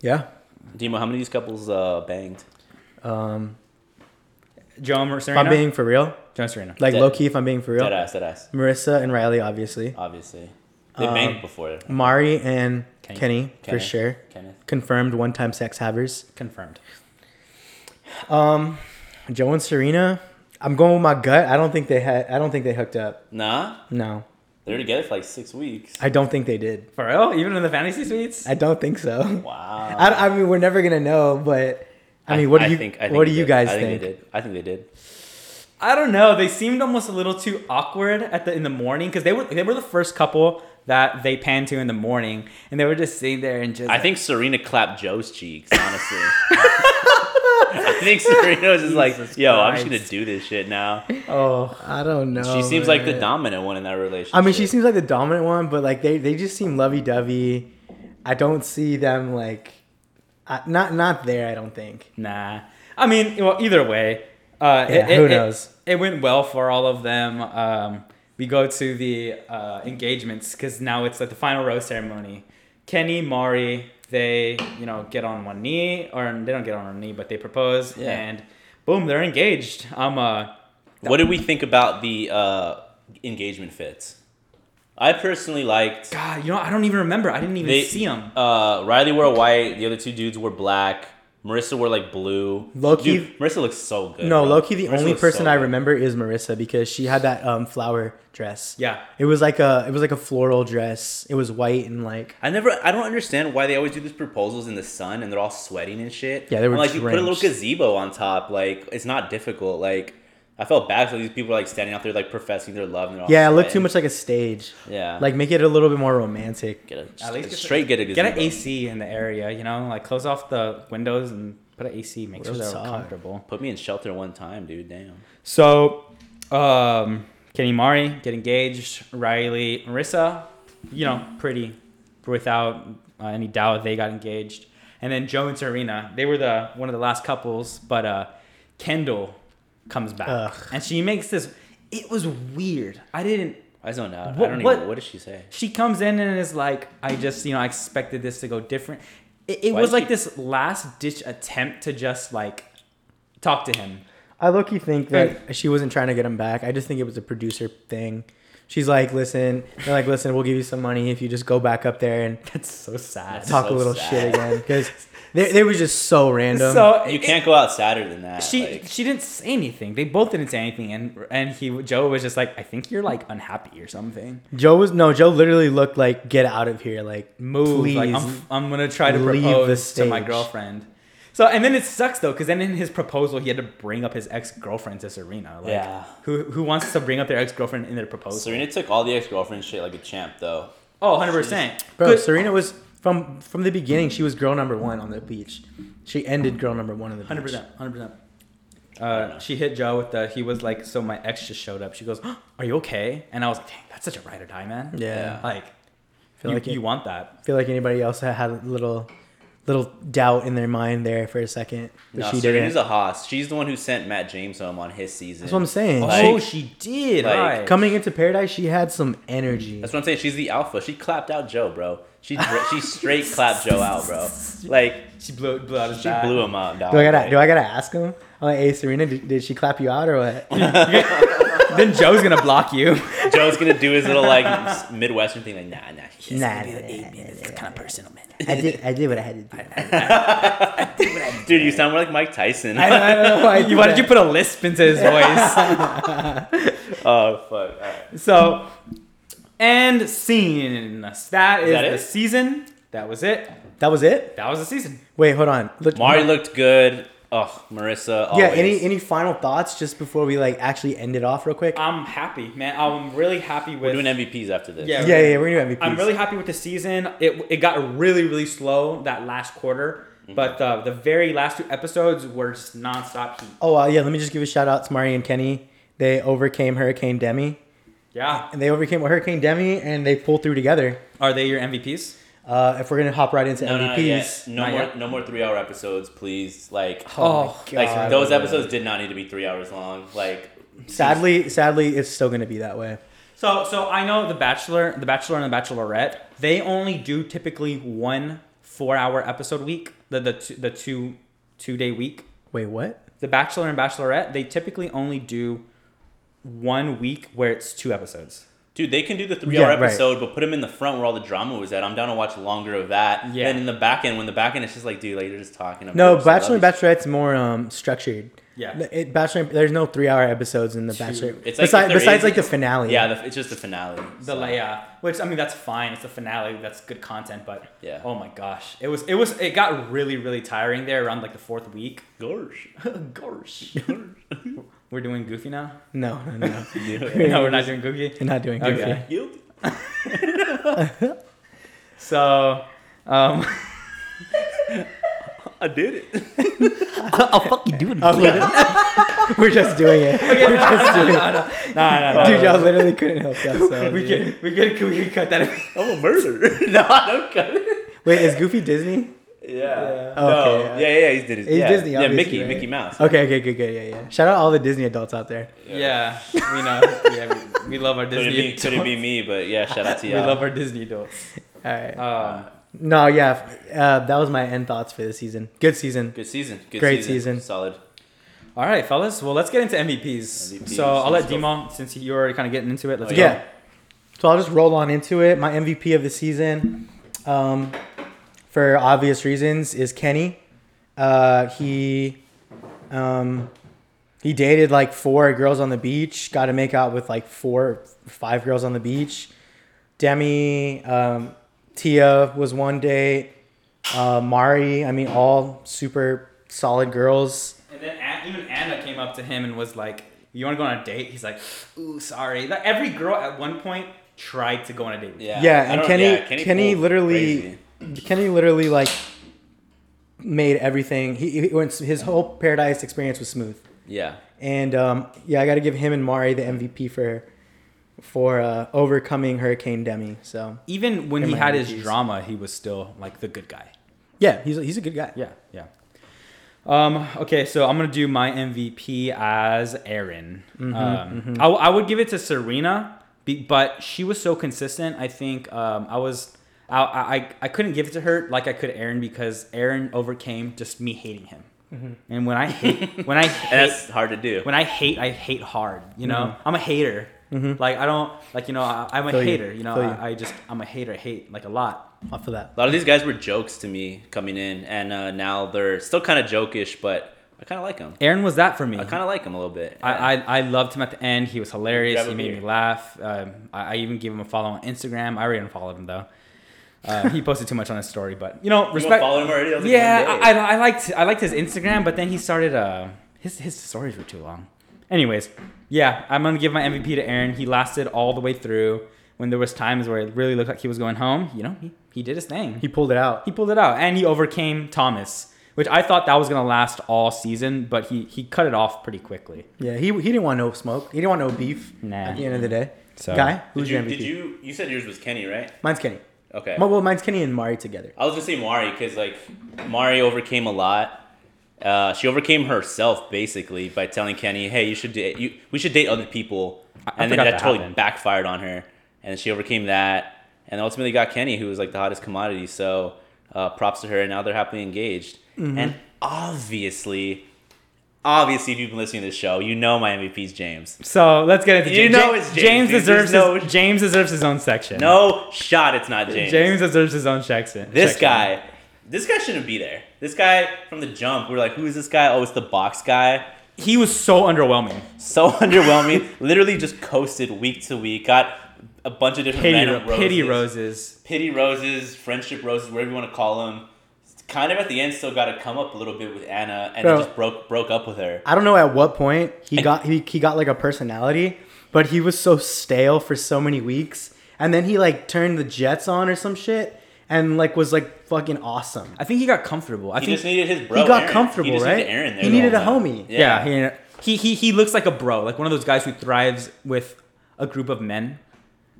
A: Yeah.
B: Demo, how many of these couples uh, banged?
A: Um,
C: Joan Mar-
A: if I'm
C: Serena.
A: being for real,
C: Joan Serena.
A: like
B: Dead.
A: low key, if I'm being for real,
B: Dead ass, dead ass.
A: Marissa and Riley, obviously.
B: Obviously, they banged before.
A: Mari and
C: Um, Kenny.
A: Kenny, for
B: Kenneth.
A: sure.
B: Kenneth.
A: Confirmed one time sex havers.
C: Confirmed.
A: Um, Joe and Serena, I'm going with my gut. I don't think they had. I don't think they hooked up.
B: Nah,
A: No,
B: they were together for like six weeks.
A: I don't think they did.
C: For real? Even in the fantasy suites?
A: I don't think so.
B: Wow.
A: I, I mean, we're never gonna know, but I mean, what do you what do
B: they
A: you
B: did.
A: guys
B: I
A: think?
B: They did. I think they did.
C: I don't know. They seemed almost a little too awkward at the in the morning because they were they were the first couple that they panned to in the morning, and they were just sitting there and just.
B: I think Serena clapped Joe's cheeks. Honestly, I think Serena was just like,
C: Jesus
B: "Yo, I'm just gonna
C: Christ.
B: do this shit now."
C: Oh,
A: I don't know.
B: she seems like the
A: man.
B: dominant one in that relationship.
A: I mean, she seems like the dominant one, but like they, they just seem lovey dovey. I don't see them like, I, not not there. I don't think.
C: nah. I mean, well, either way, uh,
A: Yeah, who knows?
C: It, went well for all of them. Um, we go to the uh, engagements because now it's like the final rose ceremony. Kenny, Mari, they you know get on one knee, or they don't get on one knee, but they propose,
B: Yeah.
C: and boom, they're engaged. I'm uh,
B: What did we think about the uh, engagement fits? I personally liked.
C: God, you know, I don't even remember. I didn't even
B: They-
C: see them.
B: Uh, Riley wore white. The other two dudes were black. Marissa wore like blue.
A: Low-key-
B: Dude, Marissa looks so good.
A: No,
B: bro.
A: Loki. The
B: Marissa
A: only
B: looks so
A: person I
B: good.
A: remember is Marissa because she had that um flower dress.
C: Yeah.
A: It was like a it was like a floral dress. It was white and like
B: I never. I don't understand why they always do these proposals in the sun and they're all sweating and shit.
A: Yeah, they were
B: I'm like you put a little
A: drenched.
B: gazebo on top. Like it's not difficult. Like I felt bad for these people like standing out there like professing their love and they're all
A: yeah, it looked too
B: sweating.
A: much like a stage.
B: Yeah.
A: Like make it a little bit more romantic.
B: get a,
C: At least
B: just straight get a
C: get
B: gazebo.
C: an AC in the area. You know, like close off the windows and put an AC. Make sure
A: We're
C: they're
A: outside.
C: comfortable.
B: Put me in shelter one time, dude. Damn.
C: So, um, Kenny Mari get engaged. Riley, Marissa, you know, pretty without uh, any doubt they got engaged. And then Joe and Serena, they were the one of the last couples, but uh, Kendall comes back
A: Ugh.
C: and she makes this. It was weird. I didn't
B: I just don't know.
C: What-
B: I don't
C: what-
B: even. What did she say?
C: she comes in and is like, I just, you know, I expected this to go different. It, it
B: Why
C: was
B: did
C: like
B: she-
C: this last ditch attempt to just like talk to him.
A: I Loki think that she wasn't trying to get him back. I just think it was a producer thing. She's like, listen, they're like, listen, we'll give you some money if you just go back up there and
C: That's so sad.
B: That's
A: talk
B: so
A: a little
B: sad.
A: shit again because they, they were just so random.
C: So
B: You
C: it-
B: can't go out sadder than that.
C: She
B: like-
C: she didn't say anything. They both didn't say anything, and and he Joe was just like, I think you're like unhappy or something.
A: Joe was no Joe literally looked like get out of here like
C: Move,
A: please
C: like I'm, I'm gonna try to
A: leave
C: propose
A: the
C: to my
A: stage.
C: girlfriend. So and then it sucks though, because then in his proposal he had to bring up his ex girlfriend to Serena. Like,
B: Yeah.
C: Who who wants to bring up their ex girlfriend in their
A: oh,
C: proposal?
B: Serena took all the ex girlfriend shit like a champ, though.
C: Oh, 100 percent.
A: bro. Serena was from from the beginning. She was girl number one on the beach. She ended girl number one on the beach.
C: Hundred percent, hundred percent.
B: know.
C: Uh, she hit Joe with the. He was like, "So my ex just showed up." She goes, "Are you okay?" And I was like, "Dang, that's such a ride or die, man."
A: Yeah.
C: like,
A: Feel
C: you,
A: like it-
C: you want that?
A: feel like anybody else that had a little little doubt in their mind there for a second. But
B: No,
A: she
B: Serena's
A: didn't.
B: a hoss. She's the one who sent Matt James home on his season.
A: That's what I'm saying.
B: Like-
C: oh, she did.
B: like,
C: right.
A: Coming into paradise, she had some energy.
B: That's what I'm saying. She's the alpha. She clapped out Joe, bro. She she straight clapped Joe out, bro. Like
C: She blew, blew out his
B: she
C: back.
B: blew him out, dog.
A: Do I gotta do I gotta ask him? I'm like, hey Serena, did, did she clap you out or what?
C: then Joe's gonna block you.
B: Joe's gonna do his little like s- Midwestern thing, like nah, nah.
A: Nah, nah, nah, nah,
C: It's kind of personal, man.
A: nah. I did I did what I had to do.
B: Dude, you sound more like Mike Tyson.
C: I don't, I don't know why.
A: You-
C: Why did you put a lisp into his voice?
B: oh fuck. All right.
C: so, and scene. That is
B: that
C: the
B: it?
C: season. That was it.
A: That was it.
C: That was the season.
A: Wait, hold on. Look,
B: Mari looked good. Oh, Marissa. Always.
A: yeah. Any any final thoughts just before we like actually end it off real quick?
C: I'm happy, man. I'm really happy with.
B: We're doing MVPs after this.
C: Yeah.
A: yeah, yeah, we're gonna do MVPs.
C: I'm really happy with the season. It it got really really slow that last quarter,
B: Mm-hmm.
C: but uh, the very last two episodes were just nonstop heat.
A: Oh uh, yeah, let me just give a shout out to Mari and Kenny. They overcame Hurricane Demi,
C: Yeah.
A: and they overcame Hurricane Demi, and they pulled through together.
C: Are they your MVPs?
A: Uh, if we're gonna hop right into
B: No, no, no, yeah.
A: MVPs,
B: no
C: Not
B: more,
C: yet.
B: no more three-hour episodes, please. Like,
C: Oh,
A: my
B: like
A: God.
B: those episodes did not need to be three hours long. Like,
A: Sadly, sadly, it's still gonna be that way.
C: So so I know the Bachelor, the Bachelor and the Bachelorette. They only do typically one four hour episode week. The the two, the two two day week.
A: Wait, what?
C: The Bachelor and Bachelorette, they typically only do one week where it's two episodes.
B: Dude, they can do the three
A: Yeah,
B: hour
A: right.
B: episode, but put them in the front where all the drama was at. I'm down to watch longer of that.
C: Yeah.
B: Yeah. And in the back end, when the back end is just like, dude, like you're just talking. about
A: No,
B: yourself.
A: Bachelor and Bachelorette's more um, structured.
C: Yeah.
A: The- It, Bachelor, there's no three-hour episodes in the
C: Two.
A: Bachelor.
B: It's like if
A: besides,
B: there
A: besides
B: is-
A: like the finale.
B: Yeah, the, it's just the finale.
C: The
B: so.
C: la- yeah, which I mean that's fine. It's the finale. That's good content, but
B: Yeah.
C: Oh my gosh, it was it was it got really really tiring there around like the fourth week.
B: Gorsh.
C: Gosh, we're doing Goofy now.
A: no, no, no.
C: no, we're not doing Goofy.
A: You're not doing
C: Okay.
A: goofy.
B: Guilty.
C: So, um,
B: I did it.
D: I'll fucking do it.
A: Oh, we're, just, we're just doing it. We're just doing it.
C: nah, nah, nah,
A: Dude,
C: nah.
A: y'all literally couldn't help that. So,
C: we
A: dude.
C: could we could we could cut that.
B: I'm a murderer. no, I don't cut it.
A: Wait, is Goofy Disney?
B: Yeah.
A: Okay,
B: no.
A: yeah.
B: Yeah, yeah, yeah, he's Disney.
A: He's
B: yeah.
A: Disney,
B: Yeah,
A: obviously,
B: Mickey,
A: right? Oh,
B: Mickey Mouse.
A: Okay, okay, good, good, yeah, yeah. Shout out all the Disney adults out there.
C: Yeah, we know. Yeah, we, we love our
B: Could it,
C: Disney.
B: be, could it be me? But yeah, Uh, shout out to
C: We
B: y'all.
C: love our Disney adults.
A: All right.
C: Um,
A: No, yeah, f- uh, that was my end thoughts for the season. Good season.
B: Good season. Good
A: Great season.
B: Solid.
C: all right, fellas. Well, let's get into MVPs.
B: MVPs,
C: so I'll let
B: let's go.
C: Dimo, since you were kind of getting into it. Let's
B: Oh,
C: go.
A: Yeah. So I'll just roll on into it. My MVP of the season, um, for obvious reasons, is Kenny. Uh, he, um, he dated like four girls on the beach. Got to make out with like four, five girls on the beach. Demi, um, Tia was one date. Uh, Mari, I mean, all super solid girls.
C: And then An- even Anna came up to him and was like, "You want to go on a date?" He's like, "Ooh, sorry." Like every girl at one point tried to go on a date. With him.
B: Yeah. I
A: yeah, and
B: don't-
A: Kenny,
B: yeah,
A: Kenny,
B: pulled
A: literally,
B: crazy.
A: Kenny literally like made everything. He, he went. His whole paradise experience was smooth,
B: Yeah.
A: and um, yeah, I got to give him and Mari the MVP for for uh, overcoming Hurricane Demi. So
C: Even when
A: In
C: he
A: my
C: had his
A: MVPs.
C: drama, he was still like the good guy.
A: yeah, he's a, he's a good guy.
C: Yeah, yeah. Um, okay, so I'm gonna do my MVP as Erin.
A: Mm-hmm,
C: um, I, w- I would give it to Serena, be, but she was so consistent. I think um, I was I, I I couldn't give it to her like I could Erin because Erin overcame just me hating him.
A: Mm-hmm.
C: And when I hate, when I
B: And
C: hate,
B: that's hard to do.
C: when I hate, I hate hard. You know, I'm a hater. Like I don't like you know I, I'm a
A: Mm-hmm. Feel you.
C: hater. You know,
A: Feel you.
C: I, I just I'm a hater. I hate like a lot.
A: Off of that,
B: A lot of these guys were jokes to me coming in, and uh, now they're still kind of jokish, but I kind of like them.
C: Erin was that for me.
B: I kind of like them a little bit.
C: I, I, I loved him at the end. He was hilarious.
B: Grab a
C: He made
B: beer.
C: me laugh. Um, I, I even gave him a follow on Instagram. I already unfollowed him though. Uh, he posted too much on his story, but you know, respect.
B: follow him already? That was like
C: yeah,
B: one
C: I,
B: day.
C: I, I liked I liked his Instagram, but then he started. Uh, his his stories were too long. Anyways, yeah, I'm gonna give my MVP to Aaron. He lasted all the way through. When there was times where it really looked like he was going home, you know, he, he did his thing.
A: he pulled it out.
C: He pulled it out, and he overcame Thomas, which I thought that was gonna last all season, but he he cut it off pretty quickly.
A: Yeah, he he didn't want no smoke. He didn't want no beef.
C: Nah.
A: At the end of the day,
C: So-
A: guy,
B: did
A: who's
B: you,
A: your MVP?
B: did you? You said yours was Kenny, right?
A: Mine's Kenny.
B: Okay.
A: Well, well, mine's Kenny and Mari together.
B: I was gonna say Mari because like Mari overcame a lot. Uh, she overcame herself basically by telling Kenny, "Hey, you should date. You, we should date other people."
C: I- I
B: and then
C: forgot
B: that,
C: that
B: totally
C: happened.
B: backfired on her, and she overcame that, and ultimately got Kenny, who was like the hottest commodity. So uh, props to her, and now they're happily engaged. And obviously, obviously, if you've been listening to this show, you know my MVP's James.
C: So let's get into
B: You
C: James.
B: know it's James,
C: James
B: dude. There's
C: deserves
B: no-
C: his, James deserves his own section.
B: No shot, it's not James.
C: James deserves his own section.
B: This
C: section.
B: guy, this guy shouldn't be there. This guy from the jump, we're like, who is this guy? Oh, it's the box guy.
C: he was so underwhelming.
B: So underwhelming. Literally just coasted week to week. Got a bunch of different
C: Pity,
B: random
C: ro-
B: roses.
C: pity roses.
B: Pity roses, friendship roses, whatever you want to call them. Kind of at the end, still got to come up a little bit with Anna, and
A: Bro.
B: then just broke broke up with her.
A: I don't know at what point he got he, he got like a personality, but he was so stale for so many weeks, and then he like turned the Jets on or some shit, and like was like fucking awesome.
C: I think he got comfortable. I
B: He
C: think
B: just needed his bro.
A: he got
B: Aaron.
A: comfortable,
B: He just
A: right?
B: Needed Aaron there
A: He
B: the
A: needed
B: whole
A: a
B: time.
A: homie.
C: yeah.
B: Yeah.
C: he, he he looks like a bro, like one of those guys who thrives with a group of men.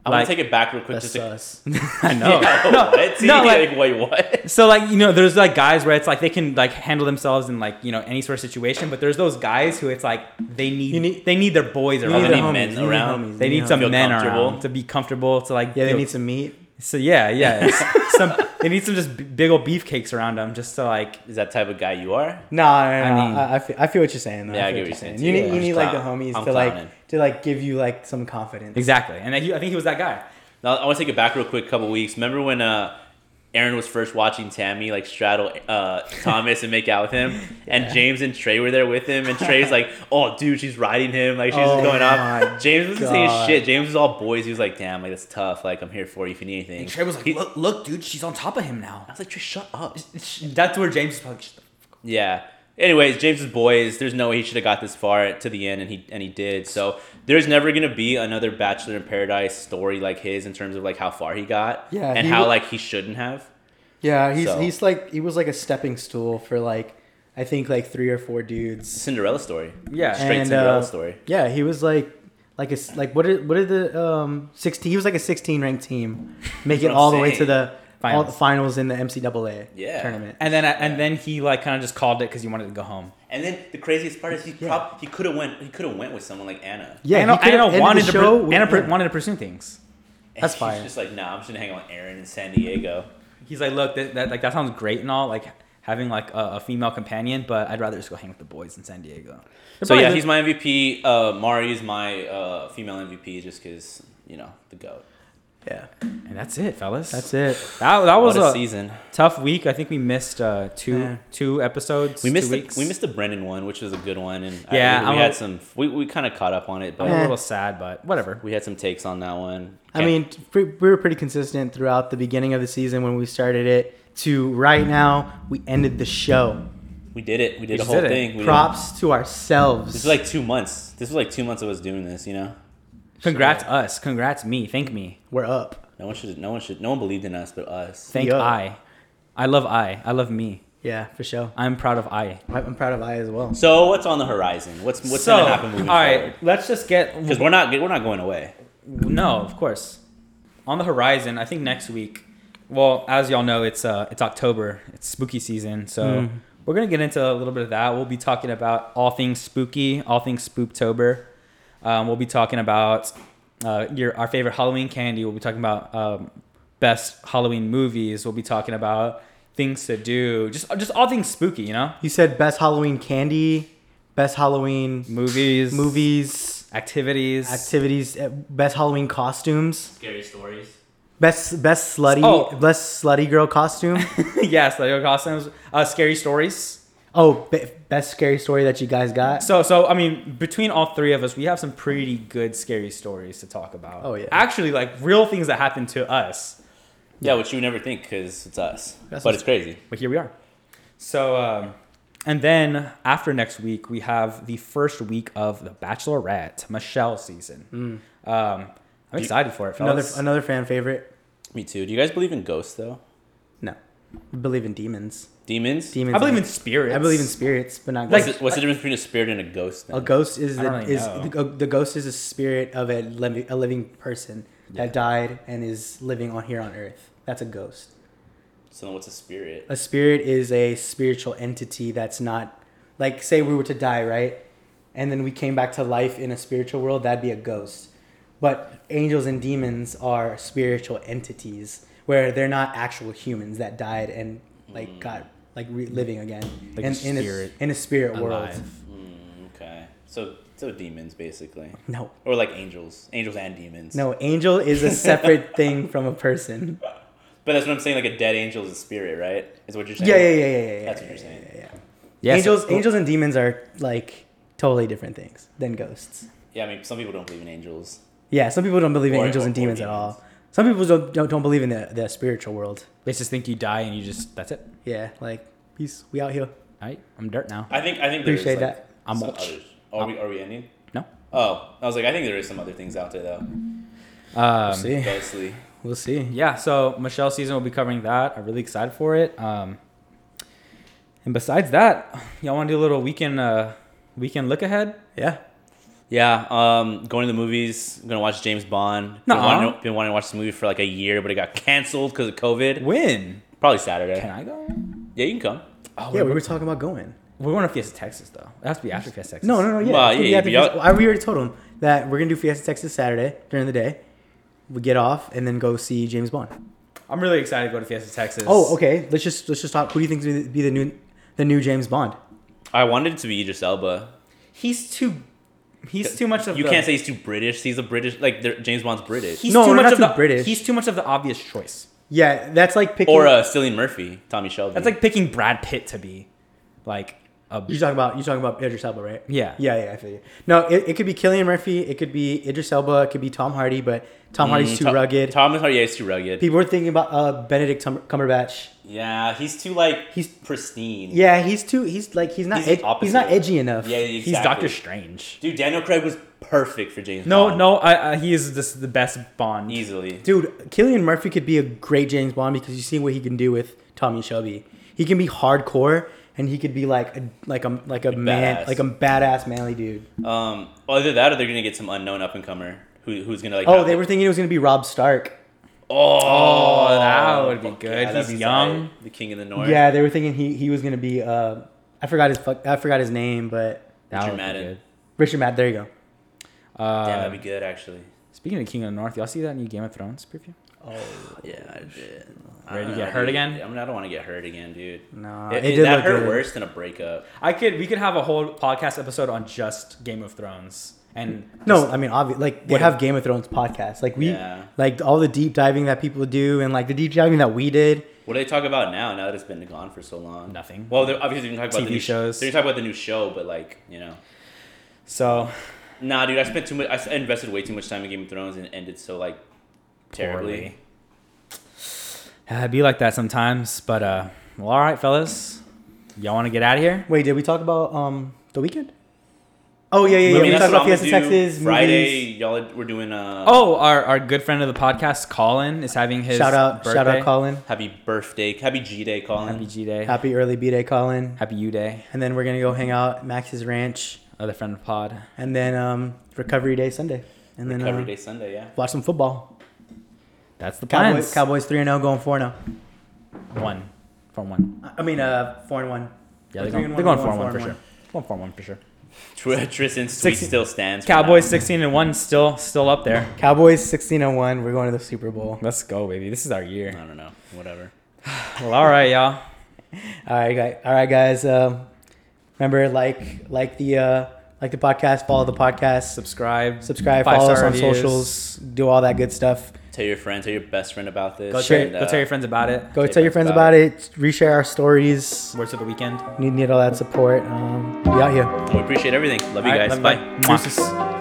B: I want
C: Like-
B: to take it back real quick.
A: That's
B: just to,
A: us.
C: I know.
B: Yeah, what?
C: no, like-
B: like, wait, what?
C: So like you know, there's like guys where it's like they can like handle themselves in like you know any sort of situation, but there's those guys who it's like they need,
A: You need-
C: they need their boys
A: He
C: around.
B: need
A: needed
B: any
A: homies.
B: men
A: he needed
B: around?
A: homies,
C: They
A: he
C: need some
A: homies.
B: Feel
C: men
B: comfortable.
C: around to be comfortable to like
A: Yeah, they
C: feel-
A: need some meat.
C: So yeah, yeah. it's some they need some just b- big old beefcakes around them, just to like.
B: Is that type of guy you are?
A: No, no, no.
C: I
A: I,
C: mean-
A: I, I, feel, I feel what you're saying. Though.
B: Yeah, I
A: feel
B: get what you're saying, too.
A: You need,
B: Yeah.
A: you need
B: I'm
A: like the
B: clowning.
A: homies
B: I'm
A: to like
B: clowning.
A: to like give you like some confidence.
C: Exactly, and he, I think he was that guy.
B: Now, I want to take it back real quick. A couple weeks. Remember when uh, Aaron was first watching Tammy like straddle uh, Thomas and make out with him, and James and Trey were there with him, and Trey's like, "Oh, dude, she's riding him. Like she's
A: Oh
B: just going
A: my
B: off." James was saying
A: God.
B: shit. James was all boys. He was like, "Damn, like that's tough. Like I'm here for you if you need anything."
C: And Trey was like,
B: He-
C: "Look, look, dude, she's on top of him now."
B: "I was like, Trey, shut up."
C: That's where James was probably. "Shut the
B: Yeah. Anyways, James's boys. There's no way he should have got this far to the end, and he and he did. So there's never gonna be another Bachelor in Paradise story like his in terms of like how far he got,
A: Yeah,
B: and
A: he
B: how
A: wa-
B: like he shouldn't have.
A: Yeah, he's
B: So-
A: he's like he was like a stepping stool for like I think like three or four dudes.
B: Cinderella story.
C: Yeah.
B: straight
A: And,
B: Cinderella
A: uh,
B: story.
A: Yeah, he was like like a s- like what did what did the um sixteen? He was like a sixteen ranked team, make it
B: That's what
A: all
B: I'm
A: the way to
B: saying.
A: the all the
C: Finals.
A: finals in the MCAA
B: Yeah.
A: tournament.
C: And then I, and then he like kind of just called it because he wanted to go home.
B: And then the craziest part is he
A: Yeah.
B: prob- he could have went he could have went with someone like Anna.
A: yeah,
C: Anna,
A: he could've
C: Anna
A: ended the
C: wanted to
A: show
C: pr-
A: with-
C: Anna pr-
A: yeah.
C: wanted to pursue things.
B: And
A: that's
B: she's
A: fine.
B: Just like nah, I'm just gonna hang out with Aaron in San Diego.
C: He's like, look, that, that like that sounds great and all, like having like a, a female companion, but I'd rather just go hang with the boys in San Diego.
B: So yeah, he's my MVP. Uh, Mari is my uh, female MVP just because you know the goat.
A: Yeah,
C: and that's it, fellas.
A: that's it.
C: That, that was
B: what a,
C: a,
B: season.
C: tough week. I think we missed uh, two
A: Yeah.
C: two episodes.
B: We missed
C: two
B: the,
C: weeks.
B: we missed the Brendan one, which was a good one, and I-
C: Yeah,
B: we,
C: I'm
B: we
C: a-
B: had some. We, we kind of caught up on it,
C: I'm
B: but
C: a
A: Yeah.
C: little sad, but whatever.
B: we had some takes on that one.
A: I mean, t- pre- we were pretty consistent throughout the beginning of the season when we started it to right now. We ended the show.
B: we did it. We did a
C: just
B: whole
C: did it.
B: thing. We
A: Props to ourselves.
B: This is like two months. This was like two months of us doing this. You know,
C: Congrats us. Congrats me. Thank me.
A: we're up.
B: no one should. No one should. No one believed in us, but us.
C: Thank
A: Yo.
C: I. I love I. I love me.
A: Yeah, for sure.
C: I'm proud of I.
A: I- I'm proud of I as well.
B: So what's on the horizon? What's what's
C: so,
B: gonna happen moving
C: all right,
B: forward?
C: let's just get
B: Because we're not we're not going away.
C: No, of course. On the horizon, I think next week. Well, as y'all know, it's uh, it's October. It's spooky season, so we're gonna get into a little bit of that. We'll be talking about all things spooky, all things Spooktober. Um, we'll be talking about uh, your our favorite Halloween candy. We'll be talking about um, best Halloween movies. We'll be talking about things to do. Just just all things spooky, you know.
A: You said best Halloween candy, best Halloween
C: Movies,
A: movies,
C: activities,
A: activities, eh, best Halloween costumes,
B: Scary stories.
A: best best slutty
C: Oh.
A: best slutty girl costume.
C: yes, Lego costumes, uh, scary stories.
A: oh, be- best scary story that you guys got.
C: So, so I mean, between all three of us, we have some pretty good scary stories to talk about.
A: Oh, yeah.
C: actually, like real things that happened to us.
B: Yeah, which you would never think because it's us.
A: That's
B: but
A: what's-
B: it's crazy.
C: But here we are. So, um, and then after next week, we have the first week of the Bachelorette Michelle season. Um, I'm excited for it,
A: Mm. Another
C: fellas.
A: another fan favorite.
B: Me too. Do you guys believe in ghosts though?
A: No, I believe in demons.
B: Demons.
A: Demons.
C: I believe
A: are-
C: in spirits.
A: I believe in spirits, but not
B: What's,
A: ghosts.
B: the, what's the difference between a spirit and a ghost? Then?
A: a ghost is
C: I
A: the,
C: don't really
A: is
C: know.
A: the, uh, the ghost is a spirit of a living a living person that died and is living on here on earth. That's a ghost.
B: So then what's a spirit?
A: a spirit is a spiritual entity that's not like say we were to die right and then we came back to life in a spiritual world that'd be a ghost but angels and demons are spiritual entities where they're not actual humans that died and like got like re- living again
C: Like a
A: in, in,
C: spirit
A: a, in a spirit world
C: Alive.
B: Mm, okay. So so demons basically,
A: no
B: or like angels, angels and demons.
A: no angel is a separate thing from a person
B: But that's what I'm saying. Like a dead angel is a spirit, right? Is what you're saying.
A: yeah yeah yeah yeah yeah, yeah
B: That's what
A: yeah,
B: you're saying.
A: yeah, yeah,
C: Yeah,
A: yeah.
C: so-
A: angels angels and demons are like totally different things than ghosts
B: Yeah, I mean some people don't believe in angels.
A: Yeah, some people don't believe in
B: Or-
A: angels
B: or-
A: and
B: or
A: demons at
B: demons.
A: all. Some people don't don't, don't believe in the, the spiritual world.
C: They just think you die and you just that's it.
A: Yeah, like peace, we out here.
C: All right, I'm dirt now.
B: I think I think there's
A: Appreciate
B: like,
A: that.
C: I'm
B: some
C: watch.
B: others. Are we are we ending?
C: No.
B: Oh, I was like, I think there is some other things out there though.
C: Um,
A: We'll see.
B: Ghostly.
A: We'll see.
C: yeah, so Michelle season will be covering that. I'm really excited for it. Um, and besides that, y'all want to do a little weekend uh, weekend look ahead?
A: Yeah.
B: Yeah, um, going to the movies. gonna watch James Bond. Been
C: Nuh-uh.
B: wanting, to, been wanting to watch this movie for like a year, but it got canceled because of COVID.
C: When
B: Probably Saturday.
C: can I go?
B: Yeah, you can come.
C: Oh,
A: Yeah,
C: we,
A: we
C: we,
A: were talking about going.
C: want to Fiesta Texas though. It has to be after Fiesta Texas.
A: No, no, no. Yeah,
B: Well,
A: it's gonna be
B: yeah,
A: after
B: y'all-
A: Fiesta- I- we already told them that we're gonna do Fiesta Texas Saturday during the day, we get off and then go see James Bond.
C: I'm really excited to go to Fiesta Texas.
A: Oh, okay. Let's just let's just talk. Who do you think is be the new the new James Bond?
B: I wanted it to be Idris Elba.
C: He's too. He's too much of.
B: You
C: the,
B: can't say he's too British. He's a British, like they're- James Bond's British,
C: He's
A: No,
C: too
A: we're
C: much
A: not
C: of
A: too
C: the
A: British.
C: He's too much of the obvious choice.
A: Yeah, that's like picking.
B: or uh, Cillian Murphy, Tommy Shelby.
C: That's like picking Brad Pitt to be, like a.
A: you talking about you talking about Idris Elba, right?
C: Yeah.
A: yeah, yeah. I feel you. No, it, it could be Killian Murphy. It could be Idris Elba. It could be Tom Hardy, but Tom Hardy's
B: Mm,
A: too
B: Tom-
A: rugged.
B: Thomas Hardy is too rugged.
A: People were thinking about uh, Benedict Cum- Cumberbatch.
B: yeah, he's too like he's
A: He's-
B: pristine.
A: Yeah, he's too. He's like he's not.
B: He's
A: He's,
B: the opposite.
A: he's not edgy enough.
B: yeah, exactly.
C: He's Doctor Strange.
B: Dude, Daniel Craig was perfect for James.
C: No,
B: Bond.
C: no, I, I, he is just the best Bond.
B: easily.
A: Dude, Killian Murphy could be a great James Bond because you see what he can do with Tommy Shelby. He can be hardcore and he could be like a, like a like a man
B: Badass.
A: like a badass manly dude.
B: Um, either that or they're gonna get some unknown up and comer who, who's gonna like.
A: Oh,
B: have
A: they
B: it.
A: were thinking it was gonna be Rob Stark.
B: Oh,
C: that would be
B: fuck
C: good.
B: yeah, that'd
C: He's
B: be
C: young.
B: tight. The king of the north.
A: Yeah, they were thinking he he was gonna be uh I forgot his fuck I forgot his name, but
C: That
B: Richard
C: would be
B: Madden.
C: good.
A: Richard Matt, there you go.
C: Uh,
B: Damn, that'd be good actually.
C: Speaking of King of the North, y'all see that new Game of Thrones preview?
B: Oh. Yeah, I did.
C: Ready to
B: I don't
C: get
B: know,
C: hurt
B: dude.
C: again?
B: I mean, I don't want to get hurt again, dude.
A: No,
B: it,
A: it
B: it-
A: did
B: that
A: look
B: hurt
A: good.
B: worse than a breakup.
C: I could. We could have a whole podcast episode on just Game of Thrones and
A: No, I mean obviously like they have Game of Thrones podcasts. Like we
B: Yeah.
A: like all the deep diving that people do and like the deep diving that we did.
B: What do they talk about now? Now that it's been gone for so long,
C: Nothing.
B: Well, they're obviously they can talk about
C: TV
B: the new
C: shows.
B: They can talk about the new show, but like you know,
C: So
B: nah, dude. I spent too much. I s- invested way too much time in Game of Thrones and it ended so like terribly.
C: Poorly. Yeah, it'd be like that sometimes. But uh, well, all right, fellas, y'all want to get out of here?
A: Wait, did we talk about um the weekend? Oh yeah, yeah, yeah.
B: I mean,
A: we
B: that's
A: talked
B: what
A: about
B: I'm gonna
A: Fiesta
B: do
A: Texas
B: Friday.
A: movies.
B: Y'all are- we're doing uh
C: Oh, our, our good friend of the podcast, Colin, is having his
A: shout out, shout out, Colin.
B: happy birthday, happy G Day, Colin.
C: Happy G Day.
A: Happy early B day, Colin.
C: Happy U Day.
A: And then we're gonna go hang out at Max's ranch,
C: Other friend of the pod.
A: and then um, recovery day Sunday, and then
B: Recovery
A: uh,
B: Day Sunday, yeah.
A: watch some football.
C: That's the plan.
A: Cowboys, Cowboys three and zero, going four and
C: One. Four and one.
A: zero. I mean, uh, four and one.
C: Yeah, they're
A: Three
C: going,
A: and
C: they're
A: one,
C: going four and one for sure.
A: and
C: Going four and one for sure.
B: Tr- Tristan's tweet
C: 16
B: still stands. for
C: Cowboys
B: now.
C: sixteen and one, still still up there.
A: Cowboys sixteen and one. We're going to the Super Bowl.
C: Let's go, baby. This is our year.
B: I don't know. Whatever.
C: Well, all right, y'all.
A: All right, guys. All right, guys. Um, remember, like, like the, uh, like the podcast. Follow the podcast.
C: Subscribe.
A: Subscribe.
C: Five
A: Follow us
C: star
A: on
C: reviews.
A: socials. Do all that good stuff.
B: Tell your friend, tell your best friend about this.
C: Go tell,
B: and,
C: go
B: uh,
C: tell your friends about it.
A: Go
B: Tell your
A: tell your friends
B: friends
A: about
B: about
A: it. Reshare our stories.
C: Words of the weekend.
A: We need all that support. Um, we out here.
B: We appreciate everything. Love you
C: All right,
B: guys.
C: love you.
B: Bye.
C: Mwah.
A: Deuces.